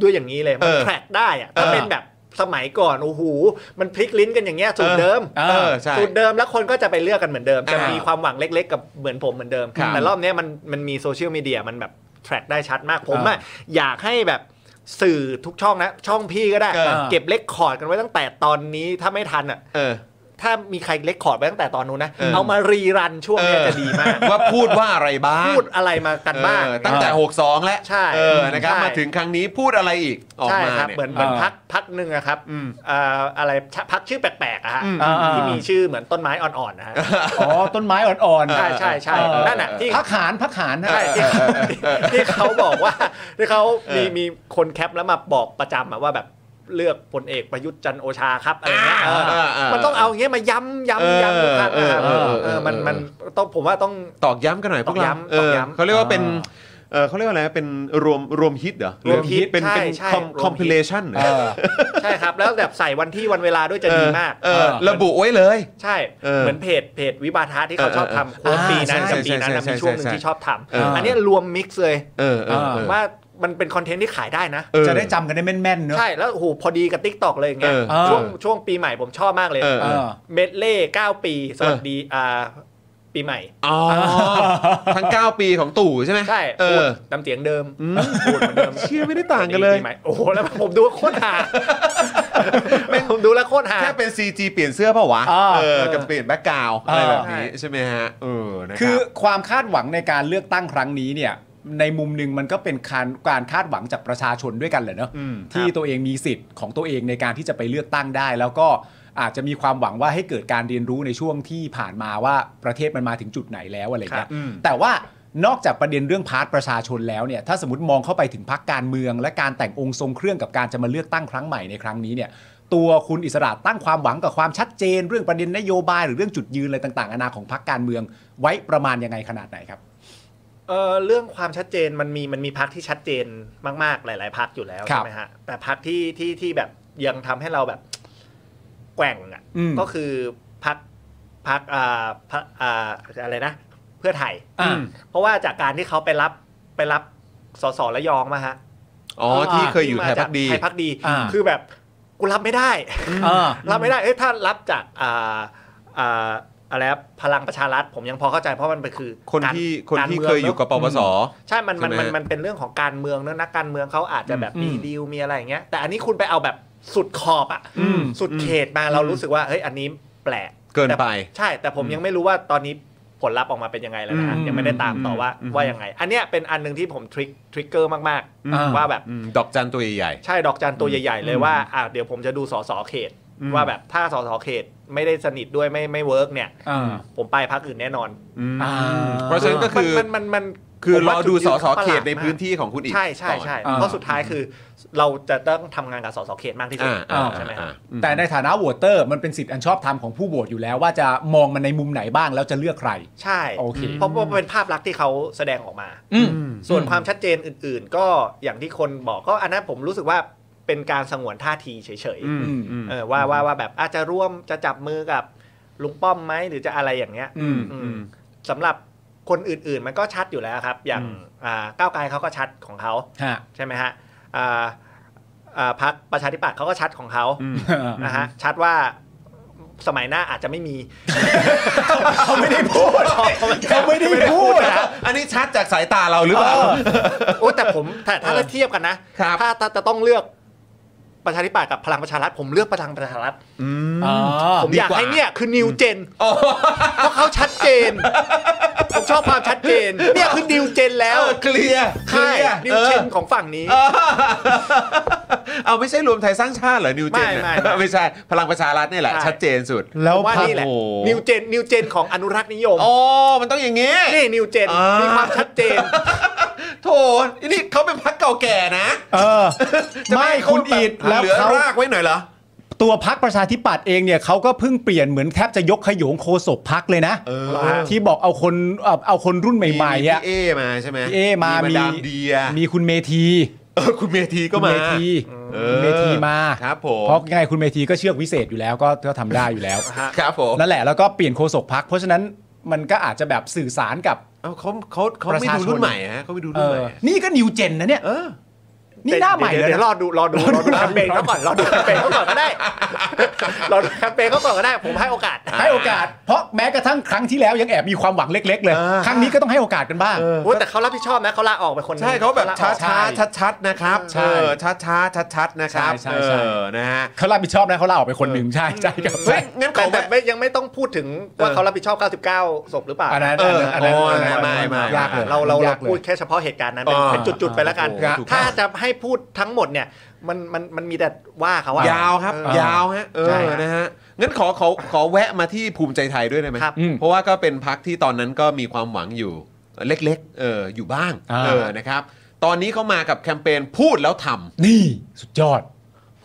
[SPEAKER 3] ด้วยอย่างนี้เลย มั
[SPEAKER 1] เอน อ
[SPEAKER 3] แทร็กได้อะถ้า
[SPEAKER 1] เออ
[SPEAKER 3] เป็นแบบสมัยก่อนโอ้โหมันพลิกลิ้นกันอย่างเงี้ยสูตรเดิม
[SPEAKER 1] เออใช่
[SPEAKER 3] สูตรเดิมแล้วคนก็จะไปเลือกกันเหมือนเดิม จะ
[SPEAKER 1] อ่ามี
[SPEAKER 3] มีความหวังเล็กๆ กับเหมือนผมเหมือนเดิม
[SPEAKER 1] ครับ
[SPEAKER 3] แต่รอบเนี้ยมันมันมีโซเชียลมีเดียมันแบบแทร็กได้ชัดมากผม
[SPEAKER 2] อ่า
[SPEAKER 3] อะอยากให้แบบสื่อทุกช่องนะ ช่องพี่ก็ได้
[SPEAKER 2] เออ
[SPEAKER 3] เก็บเลคคอร์ดกันไว้ตั้งแต่ตอนนี้ถ้าไม่ทันอะ
[SPEAKER 1] เออ
[SPEAKER 3] ถ้ามีใครเลคคอร์ดไว้ตั้งแต่ตอนนู้นนะ
[SPEAKER 1] เออ
[SPEAKER 3] เอามารีรันช่วงเนี้ยจะดีมาก
[SPEAKER 1] ว่าพูดว่าอะไรบ้าง
[SPEAKER 3] พูดอะไรมากันบ้าง
[SPEAKER 1] เออตั้งแต่ 62 แล้ว
[SPEAKER 3] ใช่
[SPEAKER 1] เออนะครับ
[SPEAKER 3] ใช่
[SPEAKER 1] มาถึงครั้งนี้พูดอะไรอีกออก
[SPEAKER 3] ใช่
[SPEAKER 1] มา
[SPEAKER 3] ครับ
[SPEAKER 1] เนี่ย
[SPEAKER 3] เหมือนเหมือน
[SPEAKER 2] อ่า
[SPEAKER 3] พักพักหนึ่งอะครับ
[SPEAKER 1] อืม
[SPEAKER 3] เอ่ออะไรชะพักชื่อแปลกๆอะฮะ
[SPEAKER 1] อืม
[SPEAKER 2] อ่า
[SPEAKER 3] ที่มีชื่อเหมือนต้นไม้อ่อนๆนะฮะ
[SPEAKER 2] อ๋อต้นไม้อ่อนๆ
[SPEAKER 3] ใช่ใช่ใช่
[SPEAKER 2] เออ
[SPEAKER 3] นั่นน่ะที่
[SPEAKER 2] พักหานพักหานนะ
[SPEAKER 3] ใช่ที่ที่เขาบอกว่า (laughs) ที่เขามีมีคนแคปแล้วมาบอกประจำอะว่าแบบเลือกพลเอกประยุทธ์จันทร์โอชาครับอะไรเงี้ยเออ
[SPEAKER 1] เออเ
[SPEAKER 3] มันต้องเอาอย่างเงี้ยมาย้ำย้ำย้ำทุกครั้ง
[SPEAKER 1] เออ
[SPEAKER 3] นะครับ
[SPEAKER 1] เออเออ
[SPEAKER 3] เออมันมันต้องผมว่าต้อง
[SPEAKER 1] ตอกย้ำกันหน่อยพวกเรา
[SPEAKER 3] ตอกย้ำ
[SPEAKER 1] เออ
[SPEAKER 3] ตอกย้ำ
[SPEAKER 1] เขาเรียกว่าเป็น
[SPEAKER 2] อ่า
[SPEAKER 1] เออเขาเรียกว่าอะไรเป็นรวมรวมฮิตเหรอ
[SPEAKER 3] รวมฮิต
[SPEAKER 1] เป็นเป็น
[SPEAKER 3] ใช่ใช่
[SPEAKER 1] คอม
[SPEAKER 3] รวมฮิต
[SPEAKER 1] คอมพิเลชันเหรอ
[SPEAKER 3] ใช่ครับ แล้วแบบใส่วันที่วันเวลาด้วยจะดีมาก
[SPEAKER 1] เออเออ
[SPEAKER 2] เออ
[SPEAKER 1] ระบุไว้เลย
[SPEAKER 3] ใช่
[SPEAKER 1] เออ
[SPEAKER 3] เหมือนเพจเพจวิบาทะที่เขา
[SPEAKER 1] เออ
[SPEAKER 3] ชอบทำโค้ดปีนั้น
[SPEAKER 1] อ่า
[SPEAKER 3] กับปีนั้นนะ
[SPEAKER 1] ใช่
[SPEAKER 3] มี
[SPEAKER 1] ใช่
[SPEAKER 3] ช่วงหนึ่
[SPEAKER 1] ใช่
[SPEAKER 3] งที่ชอบท
[SPEAKER 1] เออ
[SPEAKER 3] ำ
[SPEAKER 1] อั
[SPEAKER 3] อันเนี้ยรวมมิกซ์เลย
[SPEAKER 1] เออเออเออ
[SPEAKER 3] ว่ามันเป็นคอนเทนต์ที่ขายได้นะ
[SPEAKER 1] เออ
[SPEAKER 2] จะได้จำกันได้แม่นๆเนอะ
[SPEAKER 3] ใช่แล้วโอ้โหพอดีกับ t ิ k t o k เลยอย่างเงี้ย
[SPEAKER 1] เอ
[SPEAKER 2] อ
[SPEAKER 3] ช่วงช่วงปีใหม่ผมชอบมากเลย
[SPEAKER 1] เออ
[SPEAKER 2] เออ
[SPEAKER 3] เมดเล่9ปี สวัสดีอ่าปีใหม่
[SPEAKER 1] อ๋อทั้ง 9 ปีของตู่ใช่ไหม
[SPEAKER 3] ใช่
[SPEAKER 1] เอ
[SPEAKER 3] พูด
[SPEAKER 1] อ
[SPEAKER 3] น้ำเสียงเดิมพูดเหมือนเดิม
[SPEAKER 1] เชี่ยไม่ได้ต่างกันเลย
[SPEAKER 3] สวัสดีปีใหม่โอ้โหแล้วผมดูโคตรหาแม่งผมดูแล้วโคตรหา
[SPEAKER 1] แค่เป็น CG เปลี่ยนเสื้อเปล่าวะ
[SPEAKER 2] อ่า
[SPEAKER 1] เออ กับเปลี่ยนแบ็กกราวอะไร
[SPEAKER 2] อ่า
[SPEAKER 1] แบบนี้ใช่ไหมฮะ เออ นะ
[SPEAKER 2] คื
[SPEAKER 1] รั
[SPEAKER 2] อบ ความคาดหวังในการเลือกตั้งครั้งนี้เนี่ย ในมุมหนึ่งมันก็เป็นการการคาดหวังจากประชาชนด้วยกันแหละเนอะ
[SPEAKER 1] อืม
[SPEAKER 2] ที่ตัวเองมีสิทธิ์ของตัวเองในการที่จะไปเลือกตั้งได้ แล้วก็อาจจะมีความหวังว่าให้เกิดการเรียนรู้ในช่วงที่ผ่านมาว่าประเทศมันมาถึงจุดไหนแล้วอะไร
[SPEAKER 3] ครั
[SPEAKER 2] เงี้
[SPEAKER 3] บ
[SPEAKER 2] ยแต่ว่านอกจากประเด็นเรื่องพาร์ทประชาชนแล้วเนี่ยถ้าสมมติมองเข้าไปถึงพักการเมือง และการแต่งองค์ทรงเครื่องกับการจะมาเลือกตั้งครั้งใหม่ในครั้งนี้เนี่ย ตัวคุณอิสระตั้งความหวังกับความชัดเจน เรื่องประเด็นนโยบายหรือเรื่องจุดยืนอะไรต่างๆนานาของพรรคการเมือง ไว้ประมาณยังไงขนาดไหนครับ
[SPEAKER 3] เออเรื่องความชัดเจนมันมีมันมีพักที่ชัดเจนมาก ๆ หลาย ๆ พักอยู่แล้ว
[SPEAKER 2] ครับ
[SPEAKER 3] ใช่ไหมฮะแต่พักที่ที่ที่แบบยังทำให้เราแบบแกว่งอ่ะ
[SPEAKER 2] อืม
[SPEAKER 3] ก็คือพักพักอ่าพักอ่าอะไรนะ เพื่อไทย
[SPEAKER 2] อ่า
[SPEAKER 3] เพราะว่าจากการที่เขาไปรับไปรับสสระยองมาฮะ
[SPEAKER 1] อ๋อ
[SPEAKER 2] อ่า
[SPEAKER 1] ที่เคยอยู่ไทยพักดี
[SPEAKER 3] ไทยพักดี
[SPEAKER 2] อ่า
[SPEAKER 3] คือแบบกูรับไม่ได้
[SPEAKER 2] อ่า
[SPEAKER 3] รับไม่ได้ เอ้ย ถ้ารับจากอ่าอ่าอะไรครับพลังประชารัฐ ผมยังพอเข้าใจเพราะมันเป็นคือ
[SPEAKER 1] คน
[SPEAKER 3] การ
[SPEAKER 1] ที่คนที่เคยอยู่กับปปส
[SPEAKER 3] ใช่ มันมัน
[SPEAKER 1] ใช่ไหม
[SPEAKER 3] มันมันเป็นเรื่องของการเมืองเนอะนักการเมืองเขาอาจจะแบบ
[SPEAKER 2] อืม
[SPEAKER 3] มีดีลมีอะไรอย่างเงี้ย แต่อันนี้คุณไปเอาแบบสุดขอบอะ
[SPEAKER 2] อืม
[SPEAKER 3] สุดเขตมาเรารู้สึกว่า เฮ้ย อันนี้แปลก
[SPEAKER 1] เกินไป
[SPEAKER 3] ใช่ แต่ผมยังไม่รู้ว่าตอนนี้ผลลัพธ์ออกมาเป็นยังไงแล้วนะฮะ
[SPEAKER 2] อืม
[SPEAKER 3] ยังไม่ได้ตามต่อว่า
[SPEAKER 1] อืม
[SPEAKER 3] ว่ายังไง อันเนี้ยเป็นอันหนึ่งที่ผมทริกทริกเกอร์มาก
[SPEAKER 2] อ่า
[SPEAKER 3] ๆว่าแบบ
[SPEAKER 1] อืมดอกจันตัวใหญ่
[SPEAKER 3] ใช่ดอกจันตัวใหญ่ๆ เลยว่าอ่ะเดี๋ยวผมจะดูสสเขต
[SPEAKER 1] อืม
[SPEAKER 3] ว่าแบบถ้าสสเขตไม่ได้สนิทด้วยไม่ไม่เวิร์กเนี่ย
[SPEAKER 2] อ่า
[SPEAKER 3] ผมไปพักอื่นแน่นอน
[SPEAKER 1] ๆอืม
[SPEAKER 2] อ่า
[SPEAKER 1] เพราะฉะนั้นก็คือ
[SPEAKER 3] มันมันมัน
[SPEAKER 1] คือ
[SPEAKER 3] ผม
[SPEAKER 1] ร
[SPEAKER 3] ว่า
[SPEAKER 1] อดูส
[SPEAKER 3] จุยื
[SPEAKER 1] ส
[SPEAKER 3] ขาประ
[SPEAKER 1] เข
[SPEAKER 3] หลา
[SPEAKER 1] ตในพื้นที่ของคุณอีก
[SPEAKER 3] ใช่ใช่
[SPEAKER 1] ก่อน
[SPEAKER 3] ใช่
[SPEAKER 2] อ่า
[SPEAKER 3] เพราะสุดท้ายคือ เราจะต้องทำงานกับสสเขตมากที่สุด
[SPEAKER 1] อ่าอ่า
[SPEAKER 3] ใช่ไหมครั
[SPEAKER 1] อ่า
[SPEAKER 3] บ
[SPEAKER 1] อืม
[SPEAKER 2] แต่ในฐานะโหวตเตอร์มันเป็นสิทธิ์อันชอบธรรมของผู้โหวตอยู่แล้วว่าจะมองมันในมุมไหนบ้างแล้วจะเลือกใคร
[SPEAKER 3] ใช่
[SPEAKER 2] โอเค
[SPEAKER 3] เพราะว่าเป็นภาพลักษณ์ที่เขาแสดงออกมา
[SPEAKER 2] อืม
[SPEAKER 3] ส่วนความชัดเจนอื่น ๆ ก็อย่างที่คนบอกก็อันนั้นผมรู้สึกว่าเป็นการสงวนท่าทีเฉย
[SPEAKER 1] อืม
[SPEAKER 2] อืม
[SPEAKER 1] อืม
[SPEAKER 3] ๆเออว่าว่าว่าแบบอาจจะร่วมจะจับมือกับลุงป้อมไหมหรือจะอะไรอย่างเงี้ย
[SPEAKER 2] อืม
[SPEAKER 3] อืมสำหรับคนอื่นๆ มันก็ชัดอยู่แล้วครับ อย่าง
[SPEAKER 1] อืม
[SPEAKER 3] อ่าก้าวไกลเขาก็ชัดของเขา
[SPEAKER 2] ฮะ
[SPEAKER 3] ใช่ไหมฮะอ่าอ่าพักประชาธิปัตย์เขาก็ชัดของเขา
[SPEAKER 1] อืม
[SPEAKER 3] นะฮะชัดว่าสมัยหน้าอาจจะไม่มี
[SPEAKER 2] เขาไม่ได้พูดเขาไม่ได้พูดนะ
[SPEAKER 1] อันนี้ชัดจากสายตาเราหรือเปล่า
[SPEAKER 3] โอ้แต่ผมแต่ถ้าถ้าเทียบกันนะ
[SPEAKER 1] ครับ
[SPEAKER 3] ถ้าถ้าจะต้องเลือกประชาธิปัตย์กับพลังประชารัฐ ผมเลือกพลังประชารัฐ
[SPEAKER 1] อืม
[SPEAKER 2] อ๋อ
[SPEAKER 3] ผมอยา
[SPEAKER 1] ดี
[SPEAKER 3] ก
[SPEAKER 1] กว่า
[SPEAKER 3] ให้เนี่ยคือนิวเจนเพราะเขาชัดเจน ผมชอบความชัดเจน เนี่ยคือนิวเจนแล้
[SPEAKER 1] เอ
[SPEAKER 3] ว
[SPEAKER 1] อเคลียร์เคลี
[SPEAKER 3] ค่าย
[SPEAKER 1] ยร์
[SPEAKER 3] นิ
[SPEAKER 1] เอ
[SPEAKER 3] วเจ
[SPEAKER 1] อน
[SPEAKER 3] ของฝั่งนี้
[SPEAKER 1] (laughs) เอาไม่ใช่รวมไทยสร้างชาติเหรอนิวเจนน่ะ
[SPEAKER 3] ไม่ไม่ไม่
[SPEAKER 1] ไม่ใช่พลังประชารัฐนี่แหละ
[SPEAKER 3] ใช่
[SPEAKER 1] ชัดเจนสุด
[SPEAKER 2] แล้ว
[SPEAKER 3] ว่า
[SPEAKER 2] พัก
[SPEAKER 3] นี่แหละ
[SPEAKER 1] โอ้โห
[SPEAKER 3] นิวเจนนิวเจนของอนุรักษ์นิยม
[SPEAKER 1] อ๋อมันต้องอย่างงี้
[SPEAKER 3] นี่นิวเจน
[SPEAKER 1] อ่ามี
[SPEAKER 3] มีความชัดเจน
[SPEAKER 1] โถนี่เขาเป็นพักเก่าแก่นะ
[SPEAKER 2] เออ
[SPEAKER 1] จะ
[SPEAKER 2] ไม่
[SPEAKER 1] ให้เขา
[SPEAKER 2] คุณอีด
[SPEAKER 1] บบ
[SPEAKER 2] แล้ว
[SPEAKER 1] เหลือ
[SPEAKER 2] เขา
[SPEAKER 1] รากไว้หน่อยเหรอ
[SPEAKER 2] ตัวพักประชาธิปัตย์เองเนี่ยเขาก็เพิ่งเปลี่ยนเหมือนแทบจะยกขยงโคศกพักเลยนะ
[SPEAKER 1] อ
[SPEAKER 2] ที่บอกเอาคนเอ่อเอาคนรุ่นใหม่ๆ
[SPEAKER 1] พี่
[SPEAKER 2] อ่ะ
[SPEAKER 1] เอมาใช่ไหม
[SPEAKER 2] พี่เอมามี
[SPEAKER 1] มาดามเดีย
[SPEAKER 2] มีคุณเมธี
[SPEAKER 1] เออคุณเมธีก็มา
[SPEAKER 2] คุณเมธี
[SPEAKER 1] อ
[SPEAKER 2] คุณเมธีมา
[SPEAKER 1] ครับผม
[SPEAKER 2] เพราะยังไงคุณเมธีก็เชือกวิเศษอยู่แล้วก็ก็ทำได้อยู่แล้ว
[SPEAKER 1] ครับผม
[SPEAKER 2] นั่นแหละแล้วก็เปลี่ยนโคศกพัก เพราะฉะนั้นมันก็อาจจะแบบสื่อสารกับ
[SPEAKER 1] เอ้าเขาเขาเขาไม่
[SPEAKER 2] ประ
[SPEAKER 1] ดู
[SPEAKER 2] ชาชน
[SPEAKER 1] รุ่นใหม่ฮะเขาไม่ดู
[SPEAKER 2] เอ
[SPEAKER 1] รุ่นให
[SPEAKER 2] อ
[SPEAKER 1] ม่
[SPEAKER 2] นี่ก็นิวเจนนะเนี่ย
[SPEAKER 1] เออ
[SPEAKER 2] นี่หน้าใหม่เล
[SPEAKER 3] เดี๋
[SPEAKER 2] ย
[SPEAKER 3] วยเดี๋ยวร
[SPEAKER 2] นะ
[SPEAKER 3] อดูรอดูรอดูแคมเปญเขาก่อนรอดูแคมเปญเขาก่อนก็ได้รอดูแคมเปญเขาก่อนก็ได้ ผมให้โอกาส
[SPEAKER 2] ให้โอกาส เพราะแม้กระทั่งครั้งที่แล้วยังแอบมีความหวังเล็ก ๆ เลย
[SPEAKER 1] เออ
[SPEAKER 2] ครั้งนี้ก็ต้องให้โอกาสกันบ้าง
[SPEAKER 3] โอ้แต่เขารับผิดชอบนะเขาลาออกไปคนหนึ่ง
[SPEAKER 1] ใช่เขาแบบ
[SPEAKER 3] ลออก
[SPEAKER 1] ช้า
[SPEAKER 2] ใช่
[SPEAKER 1] ช้าชัดชัดๆนะครับ
[SPEAKER 2] ใช่
[SPEAKER 1] เออช้าช้าชัดชัดๆนะครับ
[SPEAKER 2] ใช่ใช่ใช่
[SPEAKER 1] เออนะฮะ
[SPEAKER 2] เขารับผิดชอบนะเขาลาออกไปคนหนึ่งใช่ใช่ครับ
[SPEAKER 1] เฮ้ยงั้น
[SPEAKER 3] แต่
[SPEAKER 1] เขา
[SPEAKER 3] แต่
[SPEAKER 1] แบบ
[SPEAKER 3] ไม่ยังไม่ต้องพูดถึงว่าเขารับผิดชอบ 99ศพหรือเปล่า
[SPEAKER 2] อันนั้น
[SPEAKER 1] เอออั
[SPEAKER 2] อันนั้น
[SPEAKER 1] โอ้ย
[SPEAKER 2] อันนั้น
[SPEAKER 1] ไม่ไม่
[SPEAKER 2] ยากเลย
[SPEAKER 3] เราเรา
[SPEAKER 2] ย
[SPEAKER 3] เรา
[SPEAKER 2] กลย
[SPEAKER 3] พูดแค่เฉพาะเหตุการณ์นั้นเป็น
[SPEAKER 1] อ่า
[SPEAKER 3] เป็นจุดๆไปแล้วกัน
[SPEAKER 1] โอ้โหถูกต้อง
[SPEAKER 3] ถ้าจะให้พูดทั้งหมดเนี่ยมันมันมันมีแต่ว่าเขาอะ
[SPEAKER 1] ยาวครับ
[SPEAKER 2] เออย
[SPEAKER 1] าวฮะเอ
[SPEAKER 3] ใช่
[SPEAKER 1] อ
[SPEAKER 3] ฮะ
[SPEAKER 1] นะฮะงั้นขอขอขอแวะมาที่ภูมิใจไทยด้วยได้ไหม
[SPEAKER 3] ครับ
[SPEAKER 2] อืม
[SPEAKER 1] เพราะว่าก็เป็นพักที่ตอนนั้นก็มีความหวังอยู่เล็กๆเอออยู่บ้าง
[SPEAKER 2] อ่า
[SPEAKER 1] เออนะครับ ตอนนี้เขามากับแคมเปญพูดแล้วท
[SPEAKER 2] นี่สุดยอด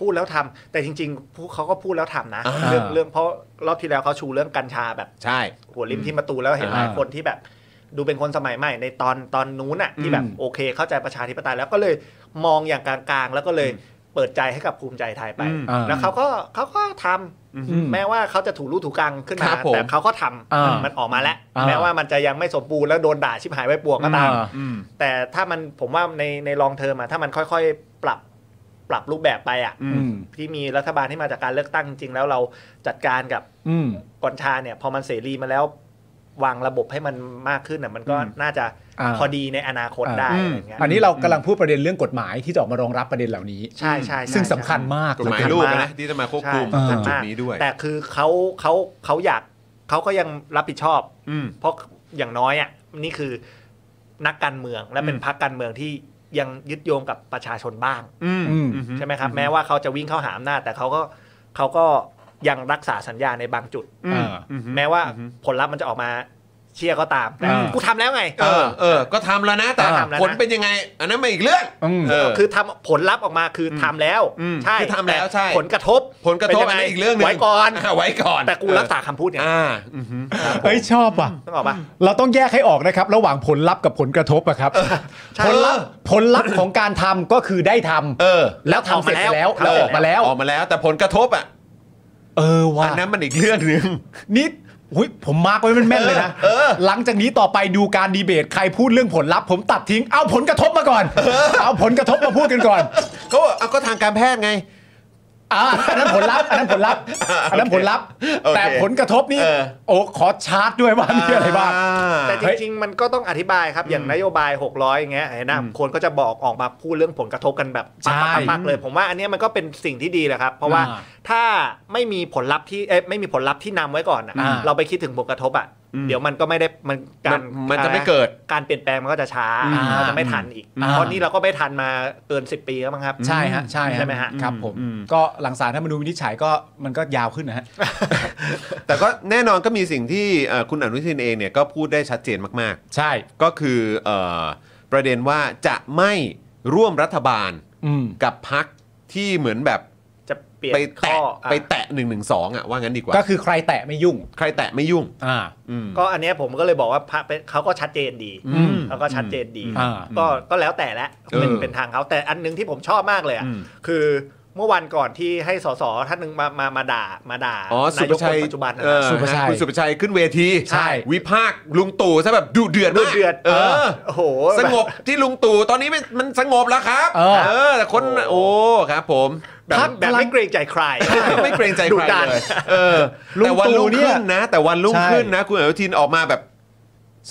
[SPEAKER 3] พูดแล้วทำแต่จริงๆพูเขาก็พูดแล้วทำนะ
[SPEAKER 1] อ่า
[SPEAKER 3] เรื่องเรื่องเพราะรอบที่แล้วเขาชูเรื่องกัญชาแบบ
[SPEAKER 1] ำใช่
[SPEAKER 3] หัวริมที่มาตูแล้วเห็นหลาย
[SPEAKER 2] อ่า
[SPEAKER 3] คนที่แบบ ดูเป็นคนสมัยใหม่ ในตอนตอนนู้นน่ะที่แบบ
[SPEAKER 2] อืม
[SPEAKER 3] โอเค เข้าใจประชาธิปไตยแล้วก็เลยมองอย่างกลางๆ แล้วก็เลยเปิดใจให้กับภูมิใจไทยไป
[SPEAKER 1] อืม
[SPEAKER 3] แล้วเขาก็เขาก็ทำ
[SPEAKER 2] อืม
[SPEAKER 3] แม้ว่าเขาจะถูรูถูกลางขึ้นมา
[SPEAKER 1] ครับผม
[SPEAKER 3] แต่เขาก็ทำ
[SPEAKER 2] อ่ามั
[SPEAKER 3] มันออกมาแล้ว
[SPEAKER 2] อ่า
[SPEAKER 3] แม้ว่ามันจะยังไม่สมบูรณ์แล้วโดนด่าชิบหายไปปวงก็ตาม
[SPEAKER 2] อ่า
[SPEAKER 1] อืม
[SPEAKER 3] แต่ถ้ามันผมว่าในในลองเทอมอะถ้ามันค่อยๆปรับปรับรูปแบบไปอะ
[SPEAKER 1] อื
[SPEAKER 2] อืม
[SPEAKER 3] ที่มีรัฐบาลที่มาจากการเลือกตั้งจริงๆแล้วเราจัดการกับ
[SPEAKER 2] อืม
[SPEAKER 3] กัญชาเนี่ย พอมันเสรีมาแล้ววางระบบให้มันมากขึ้นน่ะมันก็
[SPEAKER 1] อืม
[SPEAKER 3] น่าจะ
[SPEAKER 2] อ่า
[SPEAKER 3] พอดีในอนาคตได้
[SPEAKER 2] อ่า
[SPEAKER 3] อะไรอย่างเงี้ย
[SPEAKER 2] อันนี้เรากำลังพูดประเด็นเรื่องกฎหมายที่จะออกมารองรับประเด็นเหล่านี้
[SPEAKER 3] ใช่ใช่ใช่
[SPEAKER 2] ซึ่งสำคัญมาก
[SPEAKER 1] กฎหมาย
[SPEAKER 2] เลย
[SPEAKER 1] ลูกนะที่จะมาควบ
[SPEAKER 3] ใช่
[SPEAKER 1] คุม
[SPEAKER 2] เอ
[SPEAKER 1] จุ
[SPEAKER 2] อ
[SPEAKER 1] ด
[SPEAKER 3] สำคัญมาก
[SPEAKER 1] นี้ด้วย
[SPEAKER 3] แต่คือเขาเขาเขาอยากเขาก็ยังรับผิดชอบ
[SPEAKER 1] อืม
[SPEAKER 3] เพราะอย่างน้อยอ่ะนี่คือนักการเมืองและเป็น
[SPEAKER 1] อืม
[SPEAKER 3] พรรคการเมืองที่ยังยึดโยงกับประชาชนบ้าง
[SPEAKER 1] อืม
[SPEAKER 2] อืม
[SPEAKER 1] อืม
[SPEAKER 3] ใช่ไหมครับแม้ว่าเขาจะวิ่งเข้าหาอำนาจแต่เขาก็เขาก็ยังรักษาสัญญาในบางจุด
[SPEAKER 1] อืม
[SPEAKER 2] อ่า
[SPEAKER 1] อือฮึ
[SPEAKER 3] แม้ว่า
[SPEAKER 1] อือฮึ
[SPEAKER 3] ผลลัพธ์มันจะออกมา เชียร์ก็ตามแต่
[SPEAKER 2] อ่ากู
[SPEAKER 3] กูทำแล้วไง
[SPEAKER 1] เออเออ ก็ทำแล้วนะ แต่
[SPEAKER 3] ก็ทำแล้วนะ
[SPEAKER 1] ผลเป็นยังไง อันนั้นมาอีกเรื่อง
[SPEAKER 2] อืม
[SPEAKER 1] เออ
[SPEAKER 3] คือทำผลลัพธ์ออกมาคืออทำแล้ว
[SPEAKER 1] อืม
[SPEAKER 3] ใช่
[SPEAKER 1] คือทำแล้วใช่
[SPEAKER 3] ต่ผลกระทบ
[SPEAKER 1] ผลกระทบอันนั้นอีกเรื่องหนึง
[SPEAKER 3] ไว้ก่อน
[SPEAKER 1] อ่ะไว้ก่อน
[SPEAKER 3] แต่กูรักษาคำพูดเนี่ย
[SPEAKER 1] อ่าอือหือ
[SPEAKER 2] เฮ้ยชอบว่ะ
[SPEAKER 3] ต้องบอกปะ
[SPEAKER 2] เราต้องแยกให้ออกนะครับ ระหว่างผลลัพธ์กับผลกระทบอะครับ
[SPEAKER 3] ใช่
[SPEAKER 2] ผลลัพธ์ผลลัพธ์ของการทำก็คือได้ทำ
[SPEAKER 1] เออ
[SPEAKER 2] แล้วทำเสร็จไปแล้ว
[SPEAKER 3] ทำเสร็จแล้ว
[SPEAKER 2] เราออกมาแล้ว
[SPEAKER 1] ออกมาแล้วแต่ผลกระทบอ่ะ
[SPEAKER 2] เออว่ะ
[SPEAKER 1] อันนั้นมันอีกเรื่องหนึง
[SPEAKER 2] นิดหุยผมมาร์กไว้แม่นๆเลยนะ
[SPEAKER 1] เออ
[SPEAKER 2] หลังจากนี้ต่อไปดูการดีเบตใครพูดเรื่องผลลัพธ์ผมตัดทิ้งเอาผลกระทบมาก่อน เอาผลกระทบมาพูดกันก่อน
[SPEAKER 1] เขาบอกเอาก็ทางการแพทย์ไง
[SPEAKER 2] อ่าอันนั้นผลลัพธ์อันนั้นผลลัพธ์อันนั้นผลลัพธ์
[SPEAKER 1] โอเค
[SPEAKER 2] แต่ผลกระทบนี่
[SPEAKER 1] เออ
[SPEAKER 2] โอ้ขอชาร์จด้วยว่ามีอะไรบ้าง
[SPEAKER 3] แต่จ
[SPEAKER 2] เฮ้ย
[SPEAKER 3] ริงๆ มันก็ต้องอธิบายครับ อย่างนโยบาย 600อย่างเงี้ยเห็นนะคนก็จะบอกออกมาพูดเรื่องผลกระทบกันแบบ
[SPEAKER 2] ใช่
[SPEAKER 3] ปักๆเลย ผมว่าอันเนี้ยมันก็เป็นสิ่งที่ดีแหละครับ เพราะว่า
[SPEAKER 2] อ่า
[SPEAKER 3] ถ้าไม่มีผลลัพธ์ที่เอ้ยไม่มีผลลัพธ์ที่นำไว้ก่อนอะ
[SPEAKER 2] อ่า
[SPEAKER 3] เราไปคิดถึงผลกระทบอ่ะเดี๋ยวมันก็ไม่ได้มันการ
[SPEAKER 1] มันมันจะไม่
[SPEAKER 3] อร
[SPEAKER 1] เกิด
[SPEAKER 3] การเปลี่ยนแปลงมันก็จะช้า
[SPEAKER 2] อ่า
[SPEAKER 3] เราจะไม่ทันอีก
[SPEAKER 2] อ่า
[SPEAKER 3] เพราะนี่เราก็ไม่ทันมาเกิน 10 ปีแล้วมั้งครับ
[SPEAKER 2] ใช่ฮะใช่ฮ
[SPEAKER 3] ใช่ไหมฮะ
[SPEAKER 2] ครับผม
[SPEAKER 1] อืม
[SPEAKER 2] ก็หลังสารถ้ามาดูญวินิจฉัยก็มันก็ยาวขึ้นนะฮะ
[SPEAKER 1] แต่ก็แน่นอนก็มีสิ่งที่เอ่อคุณอนุทินเองเนี่ยก็พูดได้ชัดเจนมาก
[SPEAKER 2] ใช่
[SPEAKER 1] ๆ ก็คือเอ่อประเด็นว่าจะไม่ร่วมรัฐบาล
[SPEAKER 2] อืม
[SPEAKER 1] กับพักที่เหมือนแบบ
[SPEAKER 3] จะเปลี่ยน
[SPEAKER 1] ไป
[SPEAKER 3] ข้
[SPEAKER 1] แตะ
[SPEAKER 3] ออ่ะ
[SPEAKER 1] ไปแตะหนึ่งหนึ่งสองอ่ะว่างั้นดีกว่า
[SPEAKER 2] ก็คือใครแตะไม่ยุ่ง
[SPEAKER 1] ใครแตะไม่ยุ่ง
[SPEAKER 2] อ่า
[SPEAKER 1] อืม
[SPEAKER 3] ก็อันเนี้ยผมก็เลยบอกว่าพระเป็นเขาก็ชัดเจนดี
[SPEAKER 2] อืม
[SPEAKER 3] เขาก็ชัดเจนดี
[SPEAKER 2] อ่า
[SPEAKER 3] ก็ก็แล้วแต่ละเป็น
[SPEAKER 1] เออ
[SPEAKER 3] เป็นทางเขาแต่อันหนึงที่ผมชอบมากเลยอะ
[SPEAKER 1] อืม
[SPEAKER 3] คือเมื่อวันก่อนที่ให้สสท่านหนึ่งมามามาด่ามาด่า
[SPEAKER 1] อ๋อสุ
[SPEAKER 3] นา
[SPEAKER 1] ป
[SPEAKER 3] ยกค
[SPEAKER 1] ชัย
[SPEAKER 3] นปัจจุบันนะ
[SPEAKER 1] เออ
[SPEAKER 2] สุภาชัย
[SPEAKER 1] คุณสุภาชัยขึ้นเวที
[SPEAKER 2] ใช่
[SPEAKER 1] วิพากษ์ลุงตู่ซะแบบดุเดือด
[SPEAKER 3] ดุ
[SPEAKER 1] มาก
[SPEAKER 3] เดือด
[SPEAKER 1] เออ
[SPEAKER 3] โอ้โห
[SPEAKER 1] สงบที่ลุงตู่ตอนนี้มันมันสงบแล้วครับ
[SPEAKER 2] เออ
[SPEAKER 1] แต่คน
[SPEAKER 3] โอ้
[SPEAKER 1] โอ้ครับผม
[SPEAKER 3] แบบ
[SPEAKER 2] พรรค
[SPEAKER 3] แบ
[SPEAKER 2] พ
[SPEAKER 3] บ
[SPEAKER 2] ลัง
[SPEAKER 3] ไม่เกรงใจใคร
[SPEAKER 1] ไม่เกรงใจ
[SPEAKER 3] ดุ
[SPEAKER 1] ใคร
[SPEAKER 3] ดัน
[SPEAKER 1] เลยเออ
[SPEAKER 2] ลุง
[SPEAKER 1] แต่วัน
[SPEAKER 2] ตู่
[SPEAKER 1] รุ่งขึ้น
[SPEAKER 2] เนี่ย
[SPEAKER 1] นะ แต่วันรุ่ง
[SPEAKER 2] ใช่
[SPEAKER 1] ขึ้นนะ คุณอนุทินออกมาแบบ